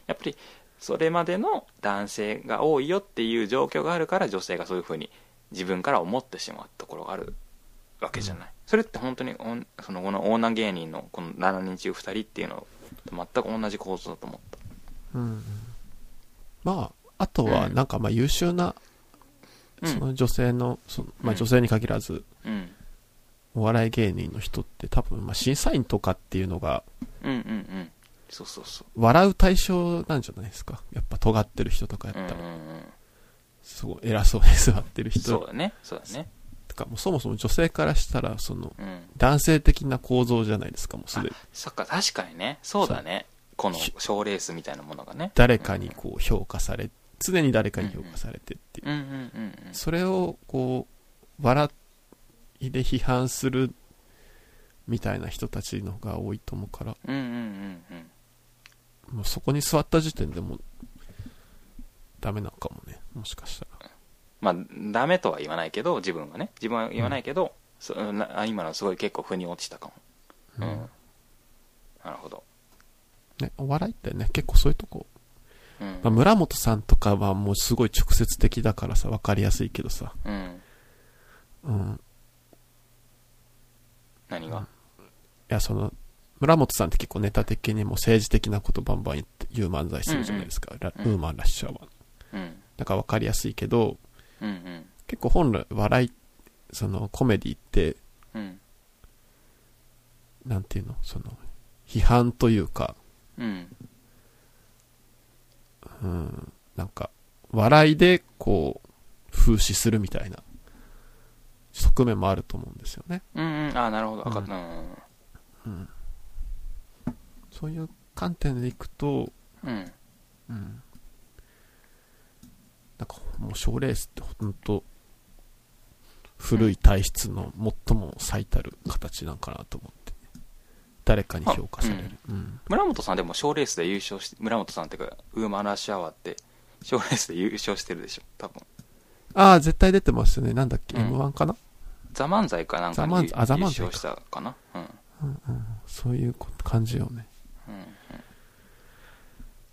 S1: やっぱりそれまでの男性が多いよっていう状況があるから女性がそういうふうに自分から思ってしまうところがあるわけじゃない、それって本当におんそのこの女芸人のこの7人中2人っていうのと全く同じ構造だと思った
S2: うん。まあ、あとは、なんか、まあ、優秀な、
S1: うん
S2: その女性の、その
S1: う
S2: まあ、
S1: ん
S2: 女性に限らず、
S1: うん
S2: お笑い芸人の人って多分、まあ、審査員とかっていうのが、
S1: うんうんうんそうそうそう
S2: 笑う対象なんじゃないですか。やっぱ、尖ってる人とかや
S1: うん
S2: っ
S1: うん
S2: たら。すごい偉そうに座ってる
S1: そう
S2: 人
S1: だね。そうだね。
S2: とか、もうそもそも女性からしたら、その、
S1: うん。
S2: 男性的な構造じゃないですか、もうすでに。
S1: そっか、確かにね。そうだね。この賞レースみたいなものがね。
S2: 誰かにこう評価され、常に誰かに評価されてっていう。
S1: うんうんうんうん。
S2: それをこう、笑いで批判するみたいな人たちの方が多いと思うから、
S1: うんうんうんうん。
S2: もうそこに座った時点でもう、ダメなのかもね、もしかしたら。
S1: まあ、ダメとは言わないけど、自分はね。自分は言わないけど、そなあ今のすごい結構腑に落ちたかも。うん。なるほど。
S2: ね、お笑いってね、結構そういうとこ、
S1: うん。
S2: まあ、村本さんとかはもうすごい直接的だからさ、わかりやすいけどさ、
S1: うん。
S2: うん。
S1: 何が
S2: いや、その、村本さんって結構ネタ的にも政治的なことバンバン言って言う漫才するじゃないですか、ラ
S1: うん
S2: ウーマンラッシャーは。
S1: うん。
S2: だからわかりやすいけど、
S1: うんうん。
S2: 結構本来笑い、そのコメディって、
S1: うん。
S2: なんていうのその、批判というか、
S1: うん。
S2: うん、なんか、笑いで、こう、風刺するみたいな、側面もあると思うんですよね。
S1: うんうん。ああ、なるほど。わかった。うん。
S2: うん。そういう観点でいくと、
S1: うん。
S2: うん。なんか、もう賞レースってほんと、古い体質の最も最たる形なんかなと思って。誰かに評価される。うん。
S1: 村本さんでも賞レースで優勝して、村本さんっていうか、ウーマンラッシュアワーって、賞レースで優勝してるでしょ、多分。
S2: ああ、絶対出てますよね。なんだっけ、
S1: うん
S2: M1 かな
S1: ザ・漫才かなんかに
S2: ザ漫
S1: 優
S2: 才あザ漫才か
S1: 勝したかな。うん。
S2: うんうん。そういうこと感じよね。
S1: うんうん。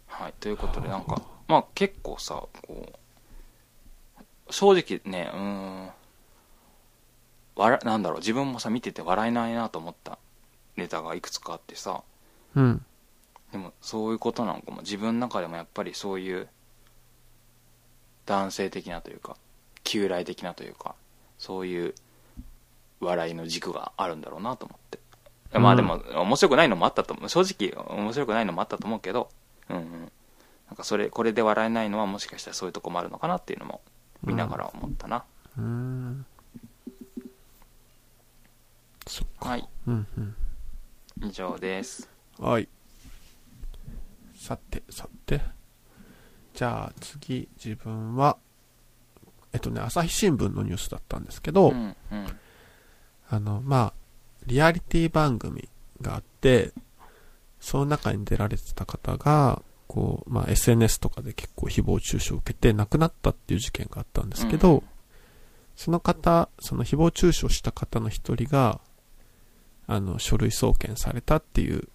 S1: はい。ということで、なんか、まあ結構さ、こう、正直ね、うーん、笑、なんだろう、自分もさ、見てて笑えないなと思ったネタがいくつかあってさ、
S2: うん。
S1: でもそういうことなんかも自分の中でもやっぱりそういう男性的なというか旧来的なというかそういう笑いの軸があるんだろうなと思って、
S2: うん
S1: まあでも面白くないのもあったと思う正直面白くないのもあったと思うけどうんうんなんかそれこれで笑えないのはもしかしたらそういうとこもあるのかなっていうのも見ながら思ったな、
S2: うーん。そっか。
S1: はい
S2: うんうん。
S1: 以上です
S2: はい。さて、さて。じゃあ次、自分は、えっとね、朝日新聞のニュースだったんですけど、
S1: うんうん
S2: あの、まあ、リアリティ番組があって、その中に出られてた方が、こう、まあ、SNS とかで結構誹謗中傷を受けて亡くなったっていう事件があったんですけど、
S1: うん
S2: その方、その誹謗中傷した方の一人が、あの、書類送検されたっていう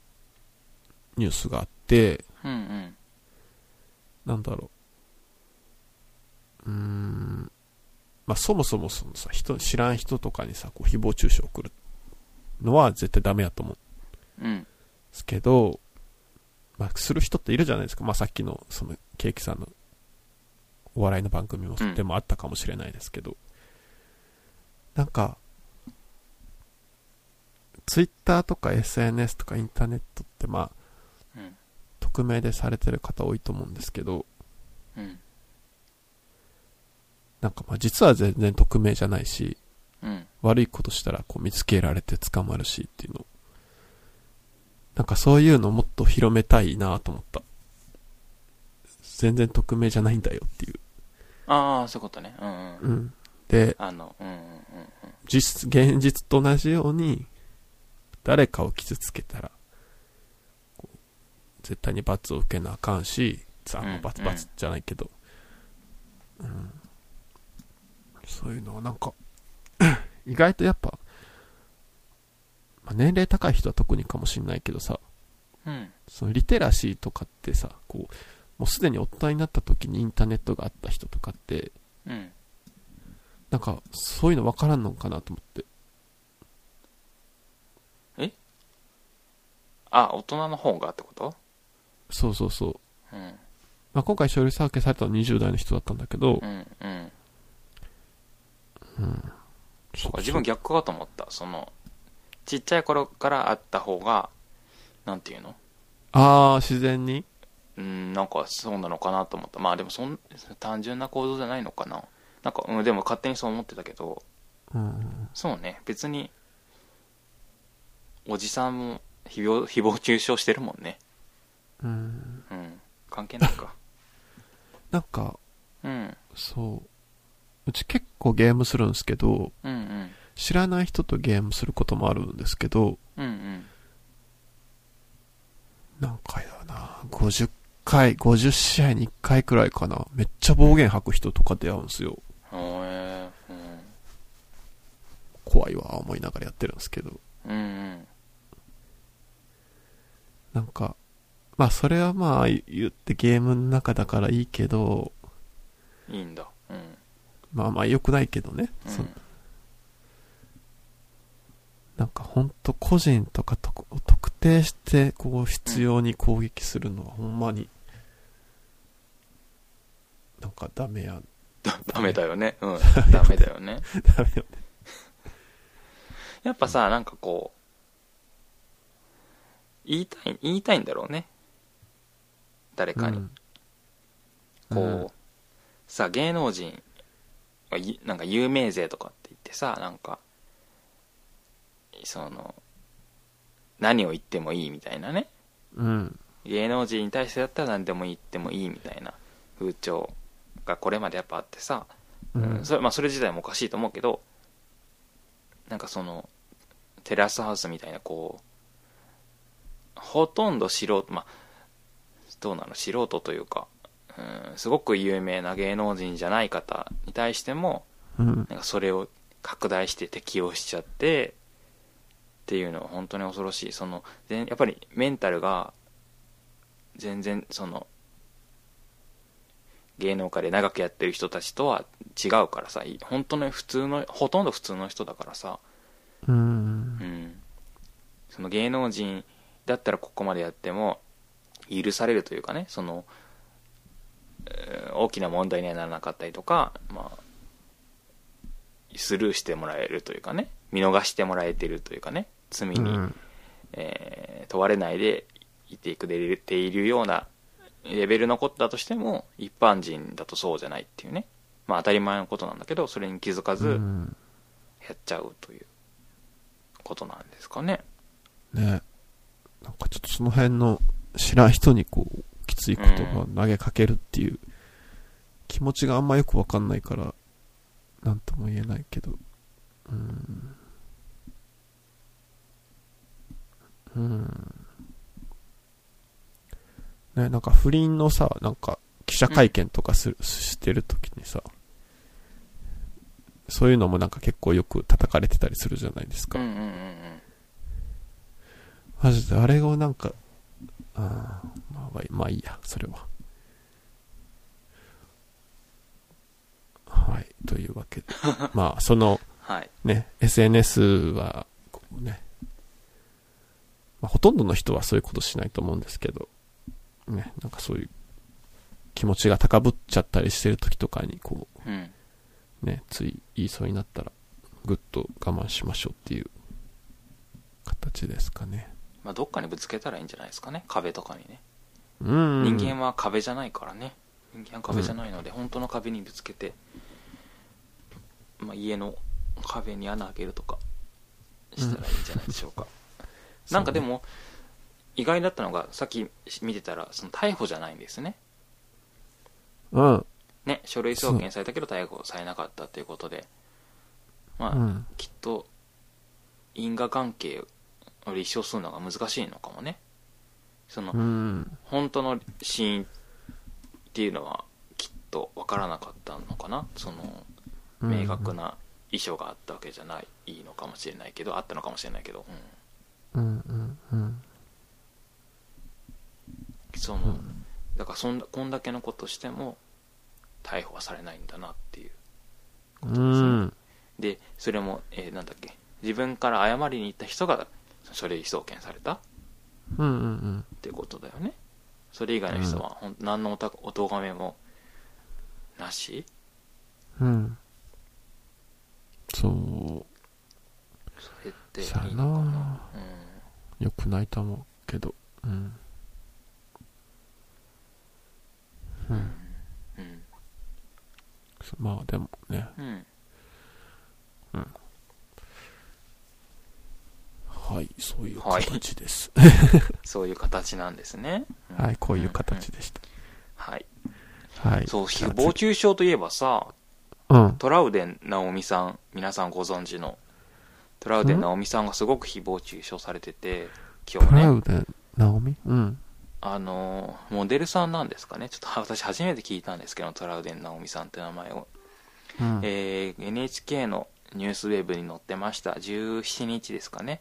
S2: ニュースがあって、
S1: うんうん
S2: なんだろう。うーん。まあ、そもそもそのさ、人、知らん人とかにさ、こう、誹謗中傷を送るのは絶対ダメやと思うんで
S1: うん
S2: すけど、まあ、する人っているじゃないですか。まあ、さっきの、その、ケーキさんの、お笑いの番組も、
S1: うん
S2: でもあったかもしれないですけど、なんか、ツイッターとか SNS とかインターネットって、まあ、
S1: うん
S2: 匿名でされてる方多いと思うんですけど、
S1: うん
S2: なんかまあ実は全然匿名じゃないし、
S1: うん
S2: 悪いことしたらこう見つけられて捕まるしっていうの。なんかそういうのもっと広めたいなと思った。全然匿名じゃないんだよっていう。
S1: ああそういうことねうんうん
S2: うん。で、
S1: あのうんうんうんうん
S2: 実、現実と同じように、誰かを傷つけたら、こう絶対に罰を受けなあかんし、あ
S1: うん
S2: の罰、
S1: うん
S2: 罰じゃないけど、うん。そういうのはなんか、 意外とやっぱ、まあ年齢高い人は特にかもしんないけどさ、
S1: うん
S2: そのリテラシーとかってさ、こう、もうすでに大人になった時にインターネットがあった人とかって、
S1: うん
S2: なんか、そういうの分からんのかなと思って。
S1: あ大人の方がってこと
S2: そうそうそう。
S1: うん
S2: まあ、今回書類送検されたのは20代の人だったんだけど
S1: う、んうん
S2: うん。
S1: そうか自分逆かと思ったそのちっちゃい頃からあった方がなんていうの
S2: ああ、自然に
S1: うん、なんかそうなのかなと思った。まあでもそん、単純な構造じゃないのかな。なんか、うん、でも勝手にそう思ってたけど、
S2: うん。
S1: そうね、別に、おじさんも誹謗、誹謗中傷してるもんね。
S2: うん。
S1: うん。関係ないか。
S2: なんか、
S1: うん。
S2: そう。うち結構ゲームするんですけど、
S1: うんうん。
S2: 知らない人とゲームすることもあるんですけど、
S1: うんうん。
S2: 何回だろうな。50回、50試合に1回くらいかな。めっちゃ暴言吐く人とか出会うんですよ。
S1: おえー、
S2: 怖いわ、思いながらやってるんですけど。
S1: うん。うん
S2: なんか、まあそれはまあ言ってゲームの中だからいいけど、
S1: うん。いいんだ。うん。
S2: まあまあ良くないけどね。
S1: うん
S2: そなんかほんと個人とかと特定してこう必要に攻撃するのはほんまに、なんかダメや、
S1: ダメだよね。うん。 ダメだよね。
S2: ダメよね。
S1: やっぱさ、なんかこう、言いたい、言いたいんだろうね。誰かに。
S2: うん
S1: こう、
S2: うん
S1: さ、芸能人、いなんか有名勢とかって言ってさ、なんか、その、何を言ってもいいみたいなね。
S2: うん。
S1: 芸能人に対してだったら何でも言ってもいいみたいな風潮がこれまでやっぱあってさ、
S2: う
S1: うん
S2: ん。
S1: それまあ、それ自体もおかしいと思うけどなんかそのテラスハウスみたいなこうほとんど素人まあどうなの素人というか、うん、すごく有名な芸能人じゃない方に対しても
S2: うん。
S1: なんかそれを拡大して適用しちゃってっていうのは本当に恐ろしいその全やっぱりメンタルが全然その芸能界で長くやってる人たちとは違うからさい本当の普通のほとんど普通の人だからさ、
S2: う。
S1: うんん、その芸能人だったらここまでやっても許されるというかねその、えー大きな問題にはならなかったりとか、まあ、スルーしてもらえるというかね見逃してもらえてるというかね罪に、
S2: うん。
S1: えー問われないでいてくれているようなレベルのことだとしても一般人だとそうじゃないっていうねまあ当たり前のことなんだけどそれに気づかず
S2: う
S1: や
S2: ん。
S1: っちゃうということなんですかね。
S2: ね。なんかちょっとその辺の知らん人にこう、きつい言葉を投げかけるっていう気持ちがあんまよくわかんないから、なんとも言えないけど。うん。うん。ね、なんか不倫のさ、なんか記者会見とかする、してるときにさ、そういうのもなんか結構よく叩かれてたりするじゃないですか。
S1: うんうんうんうん
S2: マジで、あれをなんか、あーまあまあ、まあいいや、それは。はい、というわ けで。まあ、その、
S1: はい
S2: ね、SNS は、こうね、まあ、ほとんどの人はそういうことしないと思うんですけど、ね、なんかそういう気持ちが高ぶっちゃったりしてる時とかに、こ
S1: うん
S2: う、ね、つい言いそうになったら、ぐっと我慢しましょうっていう形ですかね。
S1: まあ、どっかにぶつけたらいいんじゃないですかね壁とかにね
S2: うん。
S1: 人間は壁じゃないからね人間は壁じゃないので、本当の壁にぶつけて、まあ、家の壁に穴開けるとかしたらいいんじゃないでしょうか、なんかでも意外だったのがさっき見てたらその逮捕じゃないんですね
S2: うん。
S1: ね書類送検されたけど逮捕されなかったということでまあ、
S2: うん。
S1: きっと因果関係を立証するのが難しいのかもねその、
S2: うん。
S1: 本当の死因っていうのはきっと分からなかったのかなその明確な遺書があったわけじゃないのかもしれないけどあったのかもしれないけど、う
S2: うんうんうん。
S1: ん、そうの
S2: ん。
S1: だからそんなこんだけのことしても逮捕はされないんだなっていう
S2: うん。
S1: でそれも、えーなんだっけ自分から謝りに行った人が書類送検されたっ
S2: うんうん
S1: ていうことだよねそれ以外の人は、ほん、何のおたお咎めもなし
S2: うん。うん。そ
S1: それっていいのかな、うん
S2: う。よくないと思うけど。うん。ですまあでもね
S1: うん。
S2: はいそういう
S1: はい
S2: 形です、
S1: そういう形なんですね。ん
S2: はい、こういう形。でした。
S1: はい。
S2: はい。
S1: そう、
S2: じゃあ
S1: 誹謗中傷といえばさ、
S2: うん。
S1: トラウデン直美さん、皆さんご存知の、トラウデン直美さんがすごく誹謗中傷されてて、今
S2: ト
S1: 日
S2: ラ
S1: ね、
S2: ウデン、ナオミうん。
S1: あの、モデルさんなんですかね、ちょっとは私初めて聞いたんですけど、トラウデン直美さんって名前を。
S2: うん。
S1: えー NHK のニュースウェブに載ってました17日ですかね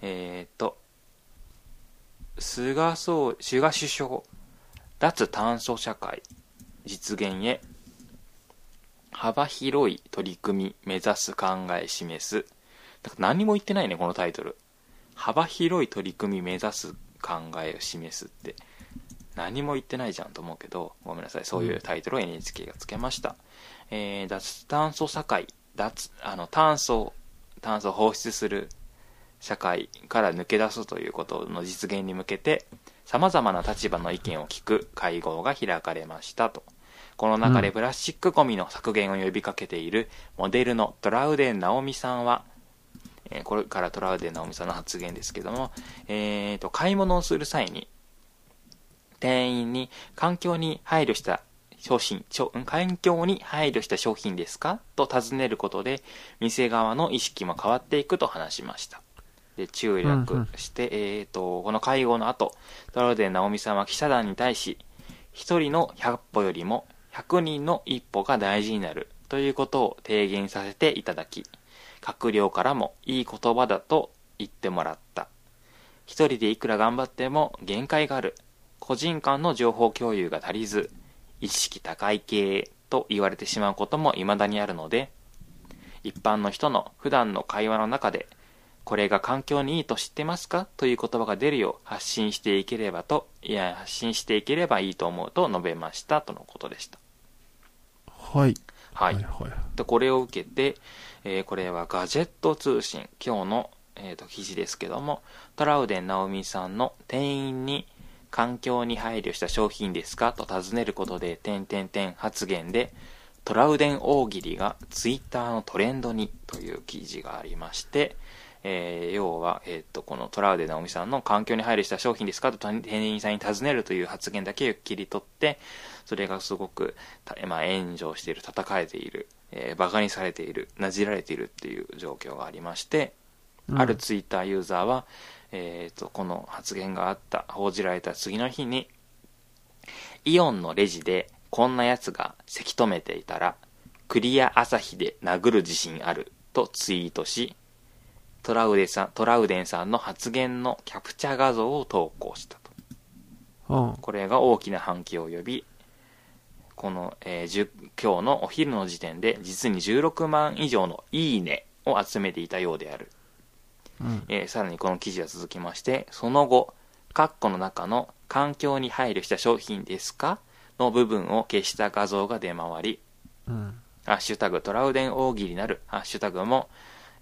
S1: えーっと菅総菅首相脱炭素社会実現へ幅広い取り組み目指す考え示すなんか何も言ってないねこのタイトル幅広い取り組み目指す考えを示すって何も言ってないじゃんと思うけどごめんなさいそういうタイトルを NHK がつけました、えー脱炭素社会脱あの炭素を炭素を放出する社会から抜け出すということの実現に向けてさまざまな立場の意見を聞く会合が開かれましたとこの中で
S2: うん
S1: プラスチックごみの削減を呼びかけているモデルのトラウデン直美さんはえーこれからトラウデン直美さんの発言ですけども、えーと買い物をする際に店員に環境に配慮した商品、商ん環境に配慮した商品ですかと尋ねることで、店側の意識も変わっていくと話しました。で、注
S2: うんう
S1: 略
S2: ん
S1: して、えっ、と、この会合の後、トラウデン直美さんは記者団に対し、一人の100歩よりも100人の一歩が大事になるということを提言させていただき、閣僚からもいい言葉だと言ってもらった。一人でいくら頑張っても限界がある。個人間の情報共有が足りず、意識高い系と言われてしまうことも未だにあるので、一般の人の普段の会話の中で、これが環境にいいと知ってますかという言葉が出るよう発信していければと、いや、発信していければいいと思うと述べましたとのことでした。
S2: はい。
S1: はい。
S2: はい。
S1: で、これを受けて、えーこれはガジェット通信、今日の、えーと記事ですけども、トラウデン直美さんの店員に環境に配慮した商品ですかと尋ねることで、点点点発言で、トラウデン大喜利がツイッターのトレンドにという記事がありまして、えー要は、えー、とこのトラウデン直美さんの環境に配慮した商品ですかと店員さんに尋ねるという発言だけを切り取って、それがすごく、たまあ、炎上している、叩かれている、えー、バカにされている、なじられているっていう状況がありまして、
S2: うん
S1: あるツイッターユーザーは、えー、とこの発言があった報じられた次の日にイオンのレジでこんなやつがせき止めていたらクリア朝日で殴る自信あるとツイートしトラウデンさんトラウデンさんの発言のキャプチャー画像を投稿したと
S2: うん。
S1: これが大きな反響を呼びこの、えー、じゅ今日のお昼の時点で実に16万以上の「いいね」を集めていたようである
S2: うん。
S1: えーさらにこの記事は続きまして、その後、括弧の中の環境に配慮した商品ですかの部分を消した画像が出回り、
S2: うん。
S1: ハッシュタグトラウデン大喜利なる、ハッシュタグも、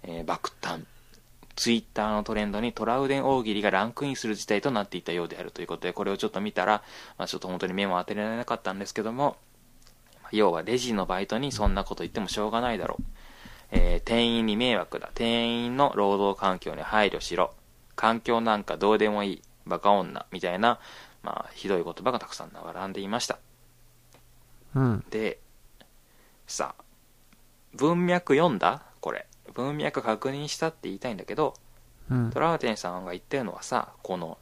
S1: えー爆誕。ツイッターのトレンドにトラウデン大喜利がランクインする事態となっていたようであるということで、これをちょっと見たら、まあ、ちょっと本当に目も当てられなかったんですけども、要はレジのバイトにそんなこと言ってもしょうがないだろう。えー店員に迷惑だ。店員の労働環境に配慮しろ。環境なんかどうでもいい。バカ女。みたいな、まあ、ひどい言葉がたくさん並んでいました。
S2: うん。
S1: で、さあ、文脈読んだこれ。文脈確認したって言いたいんだけど、
S2: うん
S1: ト。ラウデンさんが言ってるのはさ、この、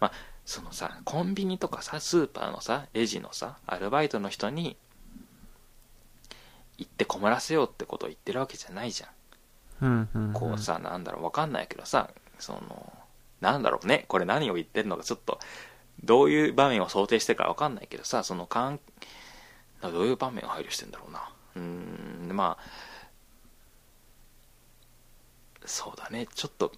S1: まあ、そのさ、コンビニとかさ、スーパーのさ、レジのさ、アルバイトの人に、行って困らせようってことを言ってるわけじゃないじゃん。
S2: うん。うん。
S1: こうさ、なんだろう、わかんないけどさ、その、なんだろうね、これ何を言ってるのか、ちょっと、どういう場面を想定してるかわかんないけどさ、その関、どういう場面を配慮してんだろうな。うーん、まあ、そうだね、ちょっと、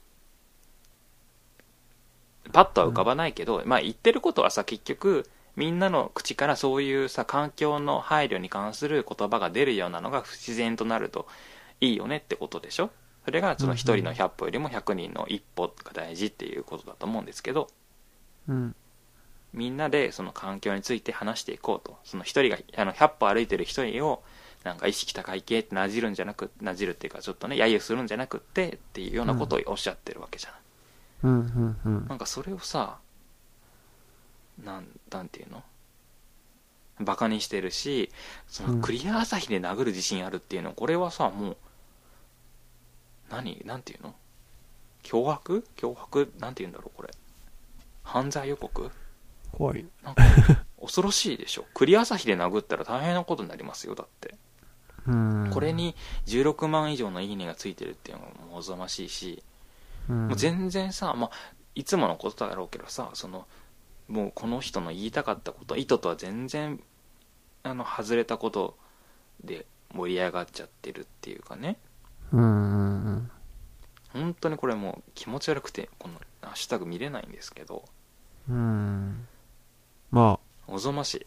S1: パッとは浮かばないけど、まあ言ってることはさ、結局、みんなの口からそういうさ、環境の配慮に関する言葉が出るようなのが不自然となるといいよねってことでしょそれがその一人の100歩よりも100人の一歩が大事っていうことだと思うんですけど、
S2: うん。
S1: みんなでその環境について話していこうと。その一人が、あの、100歩歩いてる一人を、なんか意識高い系ってなじるんじゃなくなじるっていうかちょっとね揶揄するんじゃなくってっていうようなことをおっしゃってるわけじゃない、
S2: うんうんうん
S1: なんかそれをさなんなんていうのバカにしてるしそうの
S2: ん
S1: クリア朝日で殴る自信あるっていうのこれはさもう何なんていうの脅迫脅迫なんていうんだろうこれ犯罪予告
S2: 怖い
S1: なんか恐ろしいでしょクリア朝日で殴ったら大変なことになりますよだって
S2: うん
S1: これに16万以上のいいねがついてるっていうのもおぞましいし
S2: も
S1: もう全然さ、まあ、いつものことだろうけどさそのもうこの人の言いたかったこと意図とは全然あの外れたことで盛り上がっちゃってるっていうかね
S2: うんうんうん
S1: 本当にこれもう気持ち悪くてこのハッシュタグ見れないんですけど
S2: うんま
S1: おぞましい、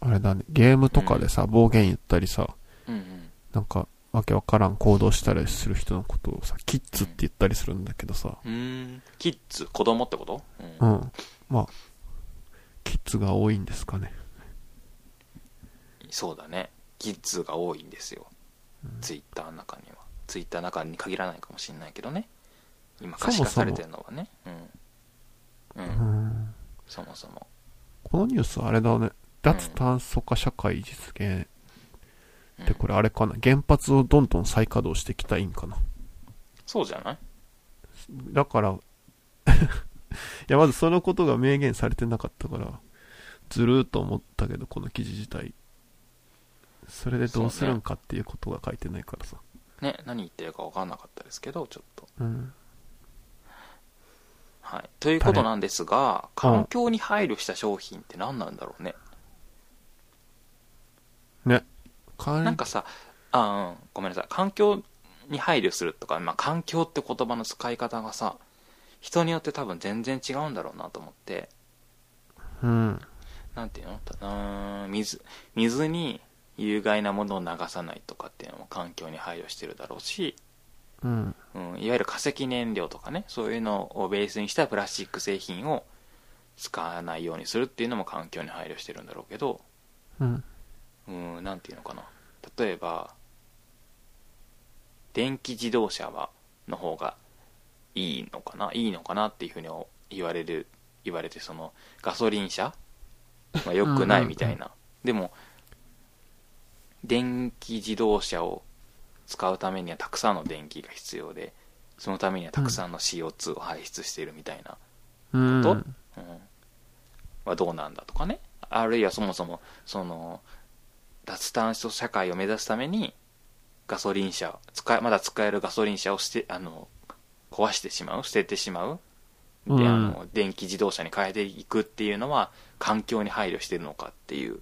S2: ああれだねゲームとかでさ暴言言ったりさ
S1: うんうん、
S2: なんかわけわからん行動したりする人のことをさキッズって言ったりするんだけどさ
S1: うーんキッズ子供ってこと、う
S2: うんんまあキッズが多いんですかね
S1: そうだねキッズが多いんですよ、ツイッターの中にはツイッターの中に限らないかもしれないけどね今可視化されてるのはねうん、うん
S2: うん
S1: そもそも。
S2: このニュースあれだね脱炭素化社会実現
S1: うん
S2: ってこれあれかな原発をどんどん再稼働していきたいんかな
S1: そうじゃない
S2: だから、い や、まずそのことが明言されてなかったから、ずるーと思ったけど、この記事自体。それでどうするんかっていうことが書いてないからさ。
S1: ね、何言ってるか分かんなかったですけど、ちょっと。
S2: うん。
S1: はい。ということなんですが、環境に配慮した商品って何なんだろうね。
S2: ね。管
S1: なんかさ、あ、うん、ごめんなさい。環境に配慮するとか、まあ、環境って言葉の使い方がさ、人によって多分全然違うんだろうなと思って、
S2: うん。
S1: なんていうのたうーん、水、水に有害なものを流さないとかっていうのも環境に配慮してるだろうし、
S2: うん。
S1: うん、いわゆる化石燃料とかねそういうのをベースにしたプラスチック製品を使わないようにするっていうのも環境に配慮してるんだろうけど
S2: うん。
S1: うんなんていうのかな例えば電気自動車はの方がいいのかないいのかなっていうふうに言われる言われてそのガソリン車は良くないみたいなでも電気自動車を使うためにはたくさんの電気が必要でそのためにはたくさんの CO2 を排出しているみたいな
S2: うん。
S1: とうん、はどうなんだとかねあるいはそもそもその脱炭素社会を目指すためにガソリン車使えまだ使えるガソリン車をしてあの壊してしまう捨ててしまうで、
S2: うん
S1: あの電気自動車に変えていくっていうのは環境に配慮してるのかっていう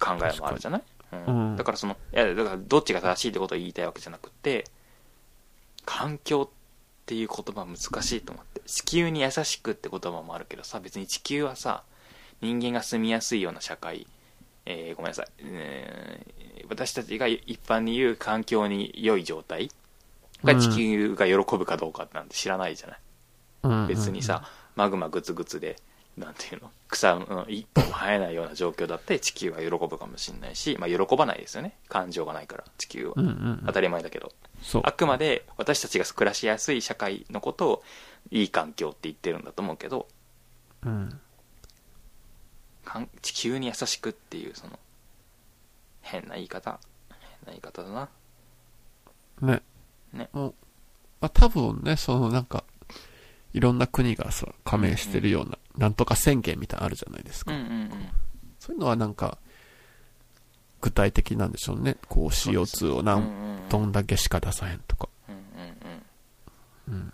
S1: 考えもあるじゃない、うん
S2: うん
S1: だからそのいやだからどっちが正しいってことを言いたいわけじゃなくて環境っていう言葉難しいと思って地球に優しくって言葉もあるけどさ別に地球はさ人間が住みやすいような社会、えーごめんなさい、えー私たちが一般に言う環境に良い状態が地球が喜ぶかどうかなんて知らないじゃない、
S2: うん
S1: 別にさ、マグマグツグツでなんていうの草の一本も生えないような状況だって地球は喜ぶかもしれないし、まあ、喜ばないですよね感情がないから地球は
S2: うんうん
S1: 当たり前だけど
S2: そう
S1: あくまで私たちが暮らしやすい社会のことをいい環境って言ってるんだと思うけど
S2: うん
S1: かん地球に優しくっていうその変な言い方変な言い方だな
S2: ね
S1: ね
S2: もうまあ多分ねそのなんかいろんな国がさ加盟してるような、なんとか宣言みたいなのあるじゃないです
S1: う
S2: か、
S1: んうんうん
S2: そういうのはなんか、具体的なんでしょうね。こう CO2 を
S1: うん
S2: 何
S1: うんうん
S2: トンだけしか出さへんとか。
S1: うんうんうん
S2: うん。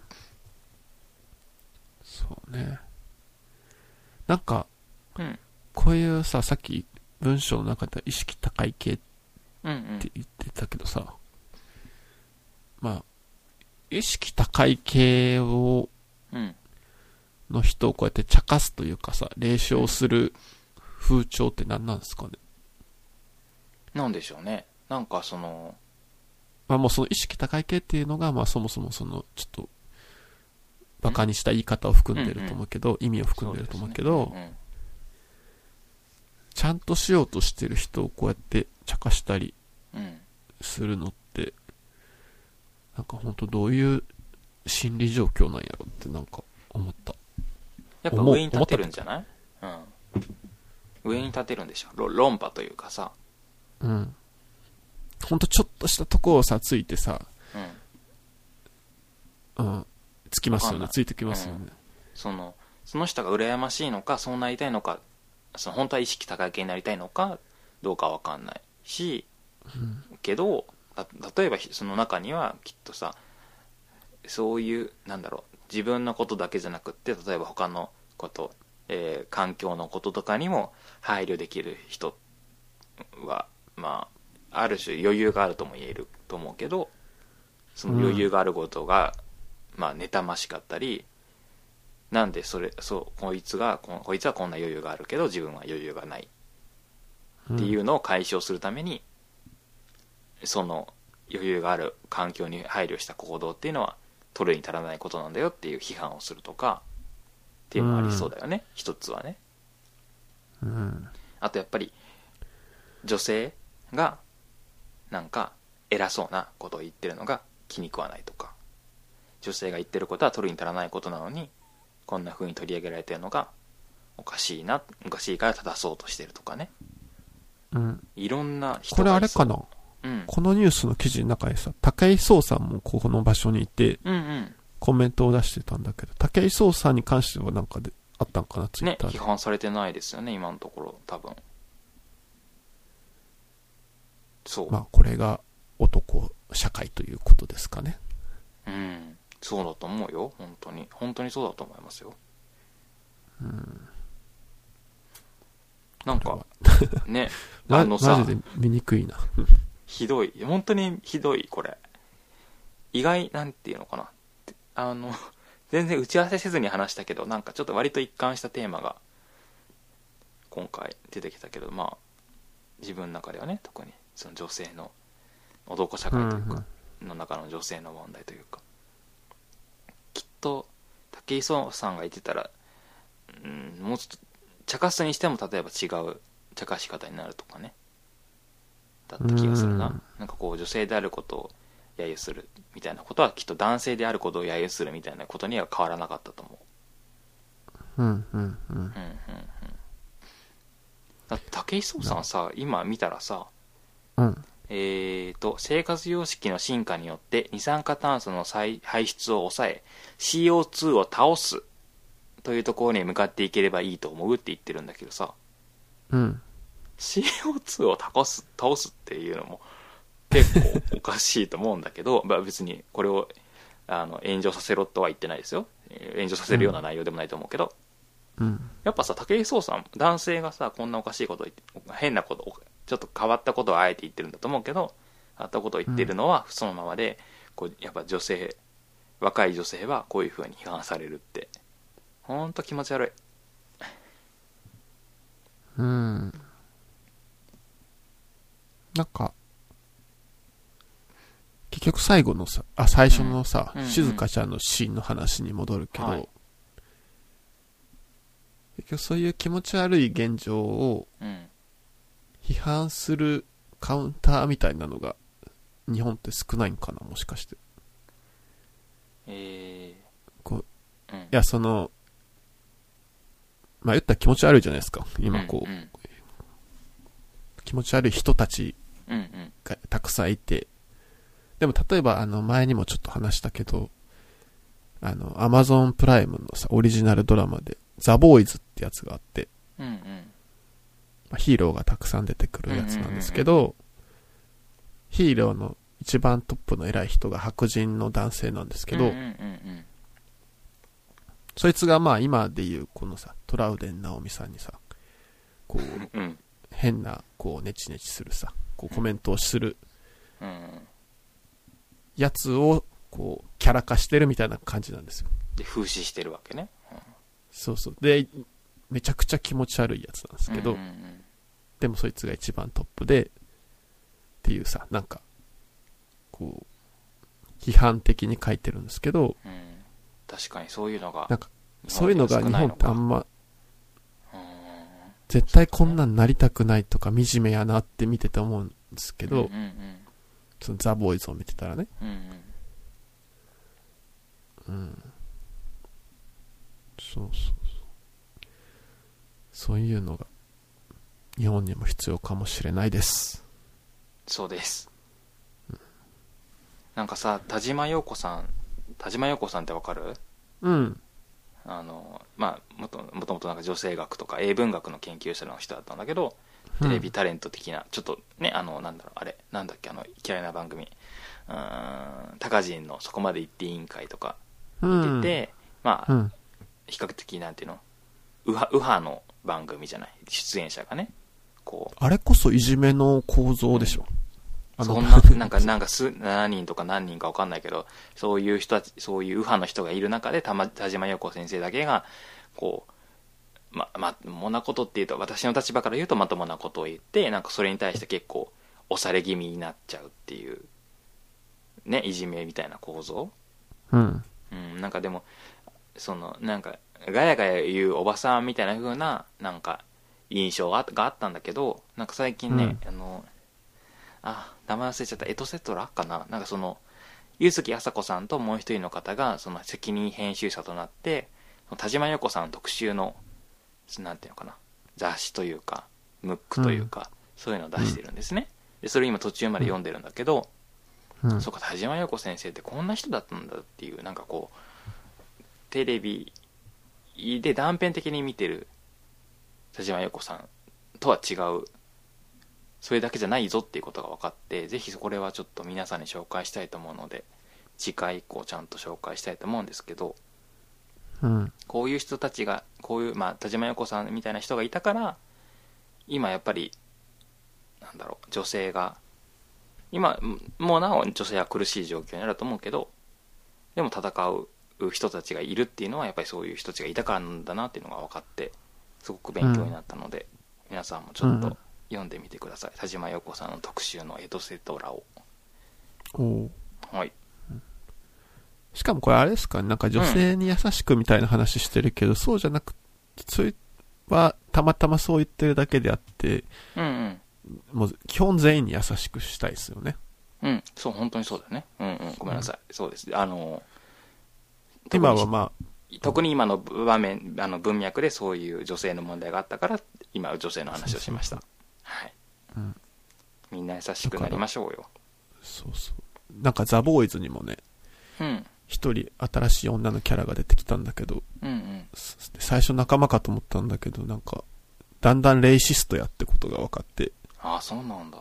S2: そうね。なんか、
S1: うん
S2: こういうさ、さっき文章の中で意識高い系っ
S1: うんうん
S2: て言ってたけどさ、まあ、意識高い系を、
S1: うん
S2: の人をこうやって茶化すというかさ、冷笑する風潮って何なんですかね。
S1: なんでしょうねなんかその
S2: まあもうその意識高い系っていうのが、まあそもそもその、ちょっと、馬鹿にした言い方を含んでると思うけど、意味を含んでると思うけど、
S1: うん
S2: ちゃんとしようとしてる人をこうやって茶化したり
S1: うん。
S2: するのって、なんか本当どういう心理状況なんやろってなんか思った。
S1: やっぱ
S2: 思う
S1: 上に立てるんじゃないうん。上に立てるんでしょ。ろ論破というかさ。
S2: うん。ほんとちょっとしたとこをさ、ついてさ、
S1: うん。
S2: うん、つきますよ
S1: わかんな
S2: ね
S1: い。
S2: ついてきますよね。
S1: その、その人が羨ましいのか、そうなりたいのか、その本当は意識高い系になりたいのか、どうかわかんないし、
S2: うん。
S1: けどた例えばひその中にはきっとさそういうなんだろう自分のことだけじゃなくって例えば他のこと、えー環境のこととかにも配慮できる人はまあある種余裕があるとも言えると思うけどその余裕があることが、まあ妬ましかったりなんでそれそうこいつがここいつはこんな余裕があるけど自分は余裕がないっていううのを解消するために、その余裕がある環境に配慮した行動っていうのは取るに足らないことなんだよっていう批判をするとかっていうのはありそうだよね、一つはね
S2: ん。うん。
S1: あとやっぱり女性がなんか偉そうなことを言ってるのが気に食わないとか女性が言ってることは取るに足らないことなのにこんな風に取り上げられてるのがおかしいなおかしいから正そうとしてるとかね
S2: うん、
S1: いろんな人
S2: これあ
S1: い
S2: れ
S1: そう
S2: かな
S1: うん、
S2: このニュースの記事の中でさ、武井壮さんもここの場所にいて
S1: うんうん
S2: コメントを出してたんだけど、武井壮さんに関してはなんかであったんかな、ツイッ
S1: ね、
S2: ター
S1: 批
S2: で。
S1: 判されてないですよね、今のところ、多分。そう。
S2: まあこれが男社会ということですかね。
S1: うん。そうだと思うよ、本当に。本当にそうだと思いますよ。
S2: うん。
S1: なん
S2: これ
S1: か
S2: は、
S1: ね、
S2: ま
S1: あのさ
S2: マジで見にくいな。うん
S1: ひどい。本当にひどい、これ。意外、なんていうのかな。あの、 全然打ち合わせせずに話したけど、なんかちょっと割と一貫したテーマが、今回出てきたけど、まあ、自分の中ではね、特に、その女性の、男社会というか、の中の女性の問題というかきっと武井壮さんがいてたら、うん、もうちょっと茶化すにしても例えば違う茶化し方になるとかねだった気がするな、
S2: うん
S1: なんかこう女性であることを揶揄するみたいなことはきっと男性であることを揶揄するみたいなことには変わらなかったと思う
S2: うんう
S1: う
S2: んうん
S1: んうんうんだって武井壮さんさ今見たらさ、
S2: うん
S1: えー、と生活様式の進化によって二酸化炭素の再排出を抑え CO2 を倒すというところに向かっていければいいと思うって言ってるんだけどさ
S2: うん。
S1: CO2 を倒す倒すっていうのも結構おかしいと思うんだけど、まあ、別にこれをあの炎上させろとは言ってないですよえー炎上させるような内容でもないと思うけど、
S2: うん。
S1: やっぱさ武井壮さん男性がさこんなおかしいこと言って変なことちょっと変わったことをあえて言ってるんだと思うけど変わったことを言ってるのはそのままで、こうやっぱ女性若い女性はこういう風に批判されるってほんと気持ち悪い
S2: うん。なんか、結局最後のさ、あ、最初のさ、
S1: うんうんうん
S2: 静香ちゃんのシーンの話に戻るけど、
S1: はい
S2: 結局そういう気持ち悪い現状を
S1: うん
S2: 批判するカウンターみたいなのが、日本って少ないんかな、もしかして。い
S1: え
S2: こ
S1: ー、うんい
S2: や、その、まあ、言ったら気持ち悪いじゃないですか。今こう、
S1: うんうん
S2: 気持ち悪い人たち
S1: うんうん
S2: がたくさんいて、でも例えばあの前にもちょっと話したけど、あの、アマゾンプライムのさ、オリジナルドラマで、ザ・ボーイズってやつがあって、
S1: うんうん
S2: まあヒーローがたくさん出てくるやつなんですけど、ヒーローの一番トップの偉い人が白人の男性なんですけ
S1: う
S2: ど
S1: んうん、うん
S2: そいつがまあ今でいうこのさ、トラウデン・ナオミさんにさ、こう、
S1: うんうん
S2: 変な、こう、ネチネチするさ、こうコメントをする
S1: うん
S2: やつを、こう、キャラ化してるみたいな感じなんですよ。
S1: で風刺してるわけね
S2: そうそう。で、めちゃくちゃ気持ち悪いやつなんですけど、
S1: うんうん
S2: でもそいつが一番トップで、っていうさ、なんか、こう、批判的に書いてるんですけど、
S1: うんうん確かにそういうのが
S2: なんかそういうのが日本ってあ
S1: ま
S2: んま、
S1: うん
S2: 絶対こんなんなりたくないとか惨めやなって見てて思うんですけ
S1: け
S2: ど、
S1: うんうん
S2: そのザ・ボーイズを見てたらね、
S1: うんうん
S2: うん。そうそうそう。そういうのが、日本にも必要かもしれないです。
S1: そうですなんかさ田島陽子さん田島陽子さんってわかる
S2: うん。
S1: あのまあもともともとなんか女性学とか英文学の研究者の人だったんだけどテレビタレント的な、ちょっとねあのなんだろうあれなんだっけあの嫌いな番組うーん「タカジンのそこまで言っていいんかい」とか
S2: うん
S1: 出て、ま
S2: う
S1: あ
S2: ん。
S1: 比較的なんていうの右派右派の番組じゃない出演者がねこう
S2: あれこそいじめの構造でしょ。あの
S1: そん な、なんか、なんか数、何人とか何人かわかんないけど、そういう人たち、そういう右派の人がいる中で、たま、田島陽子先生だけが、こう、ま、まともなことっていうと、私の立場から言うとまともなことを言って、なんかそれに対して結構、押され気味になっちゃうっていう、ね、いじめみたいな構造
S2: うん。
S1: うん、なんかでも、その、なんか、ガヤガヤ言うおばさんみたいな風な、なんか、印象があがあったんだけど、なんか最近ね、あの、あ、名前忘れちゃった、エトセトラかななんかその、ゆずきあさこさんともう一人の方が、その責任編集者となって、その田島よ子さん特集の、なんていうのかな、雑誌というか、ムックというか、そういうのを出してるんですね。で、それ今途中まで読んでるんだけど、
S2: うん。
S1: そうか田島陽子先生ってこんな人だったんだっていうなんかこうテレビで断片的に見てる田島陽子さんとは違うそれだけじゃないぞっていうことが分かってぜひこれはちょっと皆さんに紹介したいと思うので次回以降ちゃんと紹介したいと思うんですけど
S2: うん。
S1: こういう人たちがこういう、まあ、田島陽子さんみたいな人がいたから今やっぱりなんだろう女性が今もうなお女性は苦しい状況になると思うけどでも戦う人たちがいるっていうのはやっぱりそういう人たちがいたからなんだなっていうのが分かってすごく勉強になったので、皆さんもちょっ
S2: うん
S1: と読んでみてください、田島陽子さんの特集の「エドセトラを」
S2: おう
S1: はい
S2: しかもこれあれですかなんか女性に優しくみたいな話してるけど、そうじゃなく、それはたまたまそう言ってるだけであって、
S1: うんうん
S2: もう基本全員に優しくしたいですよね。
S1: うんそう本当にそうだよねうんうんごめんなさい、そうですあの
S2: 今はまあ、
S1: 特に今の場面あの文脈でそういう女性の問題があったから今女性の話をしましたはい
S2: うん
S1: みんな優しくなりましょうよ
S2: そうそう。なんかザ・ボーイズにもね、
S1: うん
S2: 一人新しい女のキャラが出てきたんだけど、
S1: うんうん
S2: す最初仲間かと思ったんだけど、なんか、だんだんレイシストやってことが分かって、
S1: ああそうなんだ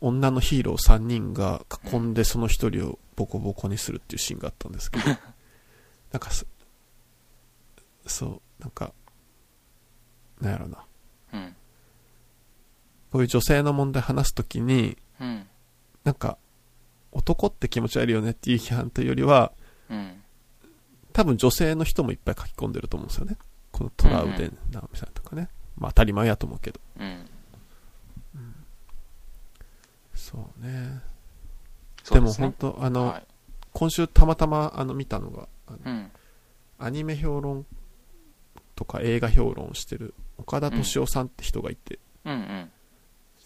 S2: 女のヒーロー3人が囲んでその一人をボコボコにするっていうシーンがあったんですけど、なんかそ、そう、なんか、なんやろな。
S1: うん
S2: こういう女性の問題話すときに、
S1: うん
S2: なんか、男って気持ち悪いよねっていう批判というよりは、
S1: うん
S2: 多分女性の人もいっぱい書き込んでると思うんですよね。このトラウデン直美さんとかね。まあ当たり前やと思うけど。
S1: うん
S2: そうね。
S1: そ
S2: で
S1: う
S2: も
S1: ですね
S2: 本当、あの、
S1: はい
S2: 今週たまたまあの見たのが、あの
S1: うん
S2: アニメ評論とか映画評論をしてる岡田敏夫さんって人がいて、
S1: うんうん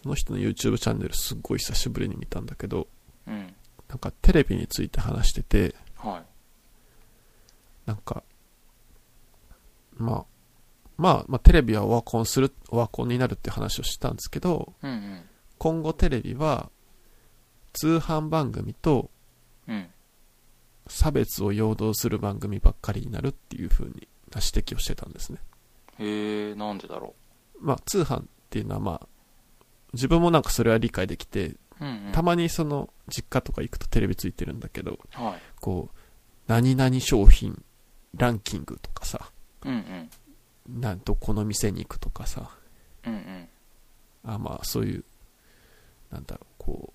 S2: その人の YouTube チャンネルすっごい久しぶりに見たんだけど、
S1: うん
S2: なんかテレビについて話してて、
S1: はい
S2: なんか、まあ、まあ、まあテレビはオワコンする、オワコンになるって話をしたんですけど、
S1: うんうん
S2: 今後テレビは通販番組と
S1: うん
S2: 差別を陽動する番組ばっかりになるっていう風に指摘をしてたんですね。
S1: へえなんでだろ
S2: まあ、通販っていうのはまあ、自分もなんかそれは理解できて、
S1: ううんうん
S2: たまにその実家とか行くとテレビついてるんだけど、
S1: はい
S2: こう、何々商品ランキングとかさ、
S1: うんうん
S2: なんとこの店に行くとかさ、
S1: うんうん
S2: あまあそういう、なんだろう、こう、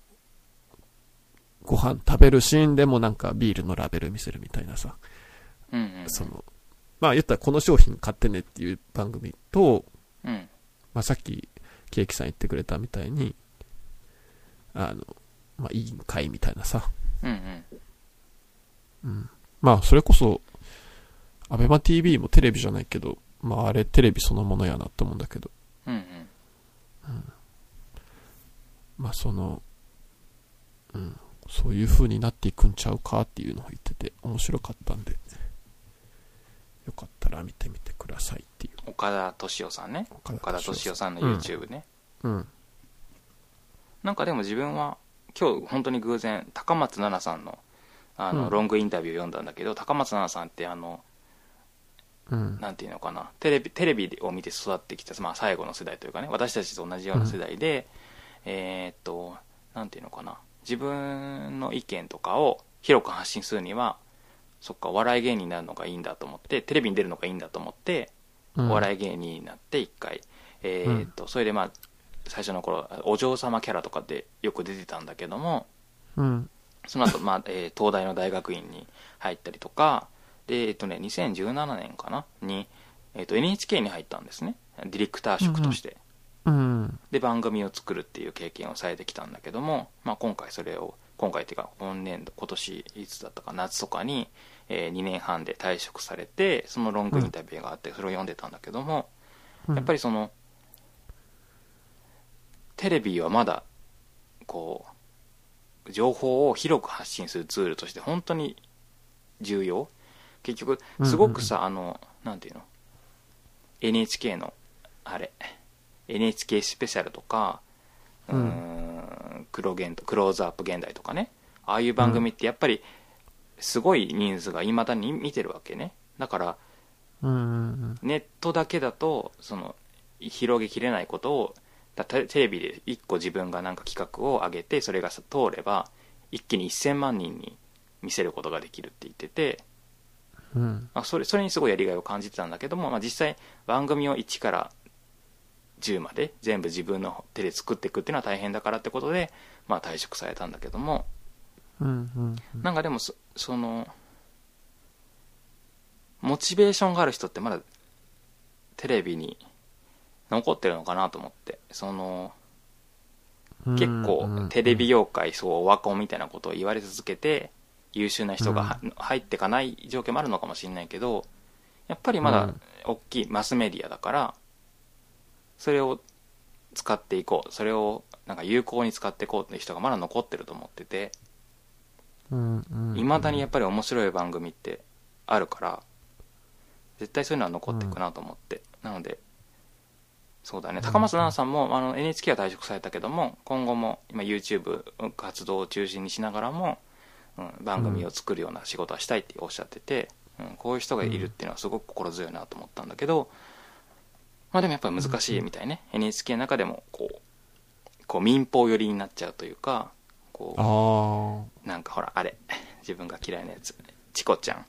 S2: ご飯食べるシーンでもなんかビールのラベル見せるみたいなさ、
S1: うんうん
S2: その、まあ言ったらこの商品買ってねっていう番組と、
S1: うん
S2: まあ、さっき、ケーキさん言ってくれたみたいに、あの、まあ、委員会みたいなさ。
S1: うんうん
S2: うん。まあ、それこそ、アベマ TV もテレビじゃないけど、まあ、あれテレビそのものやなと思うんだけど、
S1: うんうん
S2: まあその、うん、そういう風になっていくんちゃうかっていうのを言ってて、面白かったんで、よかったら見てみてくださいっていう。
S1: 岡田敏夫さんね
S2: 岡
S1: 岡田敏夫さんの
S2: うん
S1: YouTube ね、
S2: うん。
S1: なんかでも自分は今日本当に偶然高松奈々さんのあの、
S2: うん
S1: ロングインタビューを読んだんだけど高松奈々さんってあの
S2: うん。
S1: なんていうのかなテレビテレビを見て育ってきた、まあ、最後の世代というかね私たちと同じような世代で、えーっとなんていうのかな自分の意見とかを広く発信するにはそっかお笑い芸人になるのがいいんだと思ってテレビに出るのがいいんだと思って
S2: うん、
S1: お
S2: い。
S1: 笑い芸人になって一回、えーっとそれでまあ最初の頃お嬢様キャラとかでよく出てたんだけども
S2: うん。
S1: そ の後、まあえー東大の大学院に入ったりとかで、えっとね、2017年かなに、えっと NHK に入ったんですねディレクター職として、
S2: うん。
S1: で番組を作るっていう経験をされてきたんだけども、まあ、今回それを今回っていうか今年度今年いつだったか夏とかに、え2年半で退職されてそのロングインタビューがあってそれを読んでたんだけども、やっぱ
S2: り、
S1: りそのテレビはまだこう情報を広く発信するツールとして本当に重要結局
S2: うんうん
S1: すごくさ、あのなんていうの NHK のあれ NHK スペシャルとかうー
S2: うん
S1: んクロ現クローズアップ現代とかねああいう番組ってやっぱりすごい人数がいまだに見てるわけねだから
S2: うん。
S1: ネットだけだとその広げきれないことをだテテレビで1個自分がなんか企画を上げてそれがさ通れば一気に1000万人に見せることができるって言ってて、
S2: うん。
S1: まあ、それそれにすごいやりがいを感じてたんだけども、まあ、実際番組を1から10まで全部自分の手で作っていくっていうのは大変だからってことで、まあ、退職されたんだけども、
S2: うん。うん。
S1: なんかでもそそのモチベーションがある人ってまだテレビに残ってるのかなと思ってその
S2: うん
S1: 結構テレビ、業界そうオワコンみたいなことを言われ続けて優秀な人がは入ってかない状況もあるのかもしれないけどやっぱりま
S2: う
S1: だ
S2: ん
S1: 大きいマスメディアだからそれを使っていこうそれをなんか有効に使っていこうっていう人がまだ残ってると思ってて。いまだにやっ
S2: ぱ
S1: ぱり面白い番組ってあるから絶対そういうのは残っていくなと思って、なのでそうだね高松菜奈さんもあの NHK は退職されたけども今後も今 YouTube 活動を中心にしながらも、うん、番組を作るような仕事はしたいっておっしゃってて、うん、こういう人がいるっていうのはすごく心強いなと思ったんだけどまあでもやっぱり難しいみたいね、NHK の中でもこうこう民放寄りになっちゃうというかこう
S2: あー
S1: なんかほら、あれ、自分が嫌いなやつ、チコちゃん。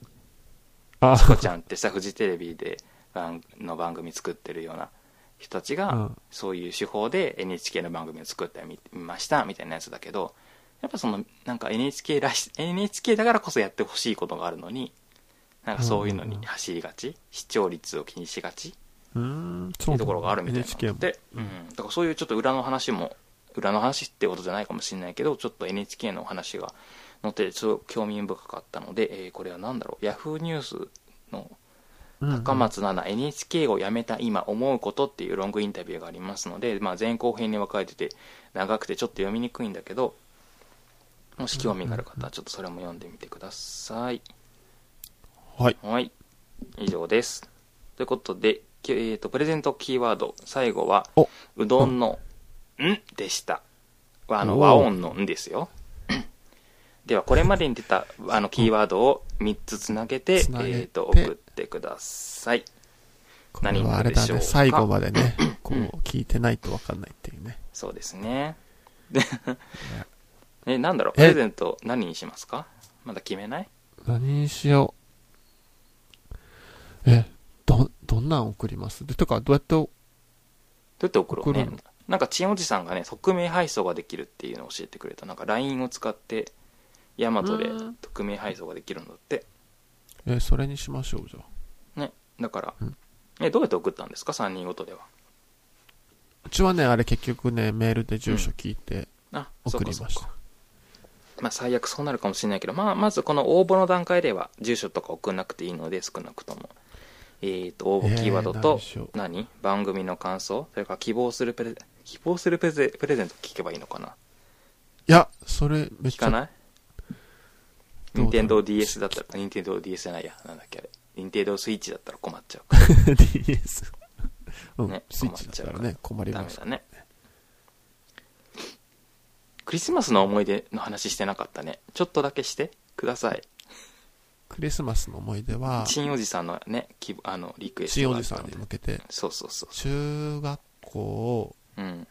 S2: あ
S1: チコちゃんってさ、フジテレビで番の番組作ってるような人たちが、
S2: うん
S1: そういう手法で NHK の番組を作ってみ見ましたみたいなやつだけど、やっぱその、なんか NHK らし、NHK だからこそやってほしいことがあるのに、なんかそういうのに走りがち、視聴率を気にしがち
S2: うん
S1: っ
S2: そ
S1: ていううところがあるみたい
S2: NHK
S1: な
S2: も
S1: ので、うん、だからそういうちょっと裏の話も裏の話ってことじゃないかもしれないけどちょっと NHK のお話が載ってちょっと興味深かったので、えーこれは何だろう Yahoo ニュースの高松菜奈 NHK を辞めた今思うことっていうロングインタビューがありますので、まあ、前後編に分かれてて長くてちょっと読みにくいんだけどもし興味がある方はちょっとそれも読んでみてください。
S2: はい
S1: はい。以上です。ということで、きえー、とプレゼントキーワード、最後は
S2: お、
S1: うどんの、んでした。あの、
S2: おー
S1: 和音のんです よ。では、これまでに出たあのキーワードを3つつなげて、えっ
S2: つなげて
S1: と、送ってください。
S2: これはあ
S1: 何になる
S2: れだね
S1: でしょうか
S2: 最後までねこう聞いてないと分かんないっていうね
S1: そうです ね。え、なんだろう、プ
S2: え
S1: レゼント何にしますかまだ決めない
S2: 何にしようえどどんなん送りますでとかどうやって
S1: どうやって送ろうね
S2: 送るの
S1: なんかちんおじさんがね匿名配送ができるっていうのを教えてくれたなんか LINE を使ってヤマトで
S2: うん
S1: 匿名配送ができるんだって
S2: えそれにしましょうじゃあ
S1: ねだから、
S2: うん
S1: えどうやって送ったんですか3人ごとでは
S2: うちはねあれ結局ねメールで住所聞いて
S1: あそう
S2: 送
S1: か
S2: り
S1: そう
S2: まし
S1: か
S2: た
S1: まあ最悪そうなるかもしれないけど、まあ、まずこの応募の段階では住所とか送んなくていいので少なくともえっ、と応募キーワード
S2: えー何
S1: と
S2: にしよう
S1: 何番組の感想それから希望するプレ希望するプレゼプレゼント聞けばいいのかない
S2: や、それめっ
S1: 聞
S2: ち
S1: か
S2: ゃ、
S1: ない
S2: ど
S1: 任
S2: うだろう
S1: 天堂 d s だったら、任天堂 d s じゃないや、なんだっけあれ。任天堂スイッチだったら困っちゃうから。
S2: DS。うん、
S1: ね
S2: スイッチだったらね、困り
S1: ダ
S2: ま
S1: メ
S2: す
S1: だ。ね。クリスマスの思い出の話してなかったね。ちょっとだけしてください。
S2: クリスマスの思い出は、
S1: チンおじさんのね、希望あの、リクエス
S2: ちい
S1: ト
S2: お
S1: があっ
S2: じ
S1: た
S2: さ
S1: の
S2: ん
S1: で。
S2: に向けて、
S1: そうそうそ
S2: 中学校
S1: う。うん。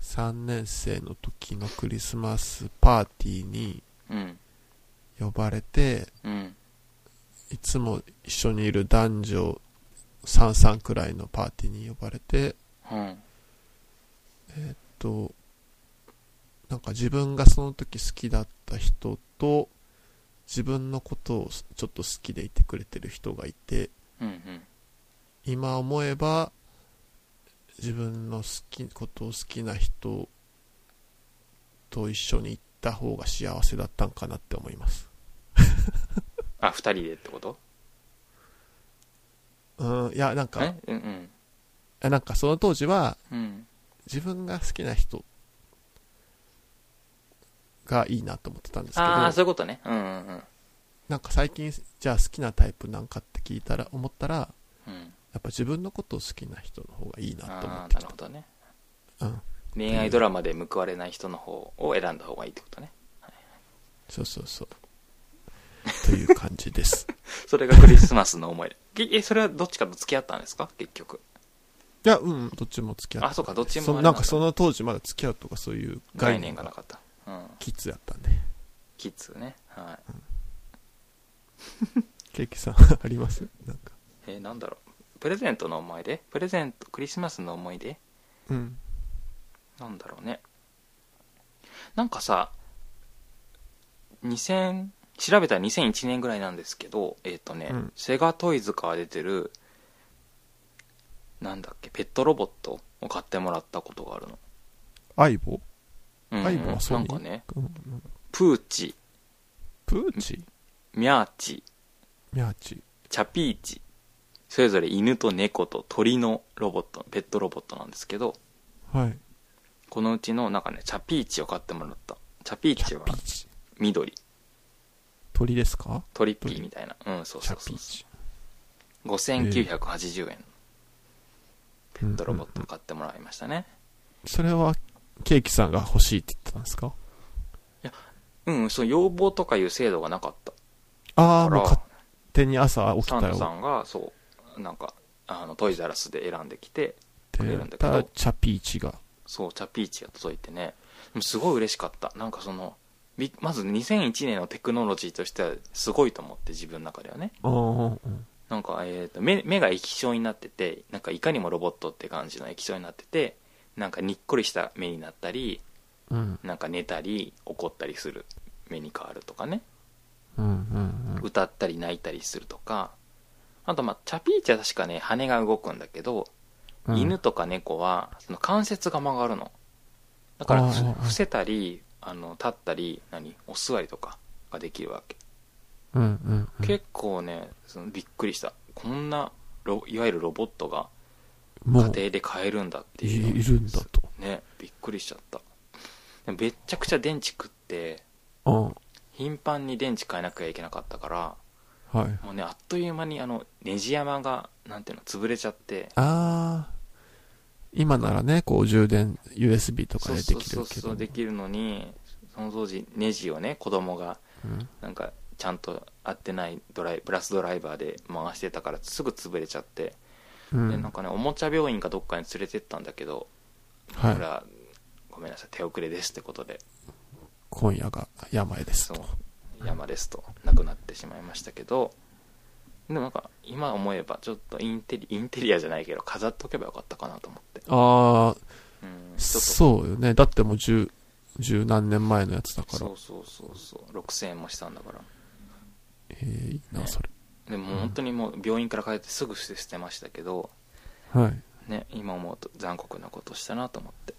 S2: 3年生の時のクリスマスパーティーに
S1: うん。
S2: 呼ばれて、
S1: うん。
S2: いつも一緒にいる男女33くらいのパーティーに呼ばれて、
S1: うん。
S2: と、なんか自分がその時好きだった人と、自分のことをちょっと好きでいてくれてる人がいて、
S1: うん。うん。
S2: 今思えば、自分の好き、ことを好きな人と一緒に行った方が幸せだったんかなって思います。
S1: あ、二人でってこと
S2: うん、いや、なんか、い
S1: えうん
S2: やなんかその当時は、
S1: うん。うん。
S2: 自分が好きな人がいいなと思ってたんですけど、
S1: ああ、そういうことね。うんうんうん。
S2: なんか最近じゃあ好きなタイプなんかって聞いたら思ったら
S1: うん。
S2: やっぱ自分のことを好きな人の方がいいなと思
S1: あ
S2: っ
S1: あ、
S2: て
S1: な
S2: き
S1: るほどね。
S2: た、うん、
S1: 恋愛ドラマで報われない人の方を選んだ方がいいってことね。
S2: そうそうそうという感じです
S1: それがクリスマスの思い出。 え、それはどっちかと付き合ったんですか結局。
S2: いやうんどっちも付き合って
S1: あそうかどっちもあれ
S2: そ
S1: なんだ
S2: なんかその当時まだ付き合うとかそういう
S1: 概
S2: 概
S1: 念
S2: 念
S1: がな
S2: が
S1: かった。うん。
S2: キッズだったんで
S1: キッズね。はい。
S2: ケーキさんありますなんか
S1: えーなんだろう。プレゼントの思い出プレゼント、クリスマスの思い出
S2: うん
S1: なんだろうね。なんかさ、2000、調べたら2001年ぐらいなんですけど、えっ、とね、
S2: うん
S1: セガトイズから出てる、なんだっけ、ペットロボットを買ってもらったことがあるの。
S2: 相棒
S1: うん、
S2: 相棒はソ
S1: な
S2: ニ
S1: ん
S2: ー
S1: かね、
S2: うんうん
S1: プーチ、
S2: プーチ
S1: ミャーチ、
S2: ミャーチ
S1: チャピーチ、それぞれ犬と猫と鳥のロボット、ペットロボットなんですけど、
S2: はい
S1: このうちの、なんかね、チャピーチを買ってもらった。チャピー
S2: チ
S1: チ
S2: ャ
S1: は
S2: ピーチ
S1: 緑、
S2: 鳥ですか
S1: トリッピーみたいな。うん、そう
S2: チ
S1: そ
S2: ャ
S1: うそ
S2: ピ
S1: う
S2: ー。チ
S1: 5980円、ペットロボッ
S2: うんうんう
S1: ト買ってもらいましたね。
S2: んそれはケーキさんが欲しいって言ってたんですか
S1: うん、うん、そう、要望とかいう制度がなかった。
S2: ああ、
S1: か
S2: もう勝
S1: ら、
S2: 手に朝起き
S1: サン
S2: た
S1: タさ
S2: よ
S1: んが、そう、なんか、あの、トイザラスで選んできて、
S2: って
S1: くれ
S2: 言
S1: る
S2: っ
S1: んだけ
S2: た
S1: ど
S2: らチャピーチが。
S1: そう、チャピーチが届いてね、でもすごい嬉しかった。なんかその、びまず2001年のテクノロジーとしてはすごいと思って自分の中ではね。
S2: うんうん
S1: なんか、えー、と目目が液晶になっててなんかいかにもロボットって感じの液晶になっててなんかにっこりした目になったり
S2: うん。
S1: なんか寝たり怒ったりする目に変わるとかね
S2: うんうん
S1: 歌ったり泣いたりするとかあとまあチャピーチは確かね羽が動くんだけど、
S2: うん。
S1: 犬とか猫はその関節が曲がるのだから
S2: あー
S1: ふ
S2: あー
S1: 伏せたりあの立ったり何お座りとかができるわけ
S2: うんうんうん。
S1: 結構ねそのびっくりしたこんなロいわゆるロボットが
S2: も
S1: 家
S2: う、
S1: 庭で買えるんだっていうのが
S2: いいるんだと。
S1: ねびっくりしちゃったでもめっちゃくちゃ電池食って
S2: う
S1: 頻繁に電池変えなきゃいけなかったから
S2: ん。はい。
S1: もうねあっという間にあのネジ山がなんていうの潰れちゃって
S2: ああ。今ならね、こう充電、USB とか
S1: そう
S2: で
S1: そ
S2: で
S1: う
S2: き
S1: そ
S2: る
S1: う
S2: け
S1: そ
S2: ど
S1: う。できるのにその当時ネジをね子供が
S2: うん
S1: なんかちゃんと合ってないドライブラスドライバーで回してたからすぐ潰れちゃって、
S2: う
S1: で
S2: ん
S1: なんかねおもちゃ病院かどっかに連れてったんだけど、
S2: は
S1: これ
S2: い。
S1: はごめんなさい手遅れですってことで
S2: 今夜が病です
S1: そ
S2: と。
S1: う山ですとなくなってしまいましたけどでもなんか今思えばちょっとインテリインテリアじゃないけど飾っとけばよかったかなと思って
S2: ああ、
S1: うんちょっと
S2: そうよね。だってもう十、十何年前のやつだから
S1: そ。うそうそうそう6000円もしたんだから
S2: えーいいな、
S1: ね
S2: それ。
S1: でも本当にもう病院から帰ってすぐ捨て捨てましたけど
S2: はい。
S1: ね今思うと残酷なことしたなと思って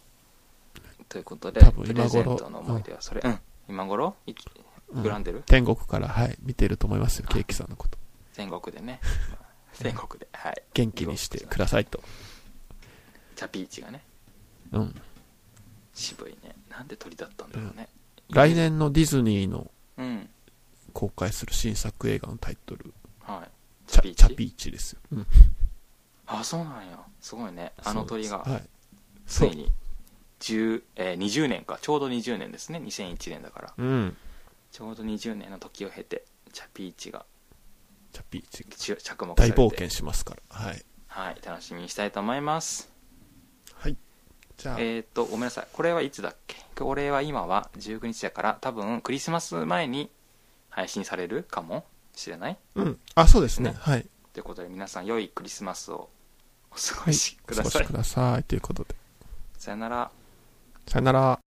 S1: ということで
S2: 多分
S1: プ
S2: 今
S1: レ
S2: 頃
S1: ゼントの思い出はそれうん今頃いき
S2: うん
S1: 膨らんでる、
S2: 天国から、はい、見てると思いますよ、ケーキさんのこと。
S1: 天国でね天国ではい
S2: 元気にしてくださいと。
S1: チャピーチがね
S2: うん。
S1: 渋いねなんで鳥だったんだろうね
S2: 来年のディズニーの
S1: うん、
S2: 公開する新作映画のタイトル、
S1: はい
S2: チ
S1: チ
S2: ャ
S1: ャ
S2: ピ
S1: ピ
S2: ー
S1: ー
S2: チ
S1: チ
S2: ーですよ。うん。
S1: あそうなんやすごいねあの鳥が
S2: そうですはい。
S1: つ
S2: そう
S1: いに10、えー20年かちょうど20年ですね2001年だから
S2: うん。
S1: ちょうど20年の時を経てチャピーチが
S2: チャピーチー。
S1: ちゅ着目され
S2: 大
S1: て
S2: 冒険しますから。はい。
S1: はい楽しみにしたいと思います
S2: はい。じゃあ、
S1: えーっとごめんなさいこれはいつだっけこれは今は19日だから多分クリスマス前に配信されるかもしれない
S2: うん。あ、そうですね。
S1: ね
S2: はい。
S1: ということで皆さん良いクリスマスをお過
S2: は
S1: ご
S2: い。
S1: しくだ
S2: お過ご
S1: さい、
S2: しください。ということで。
S1: さよなら
S2: さよなら。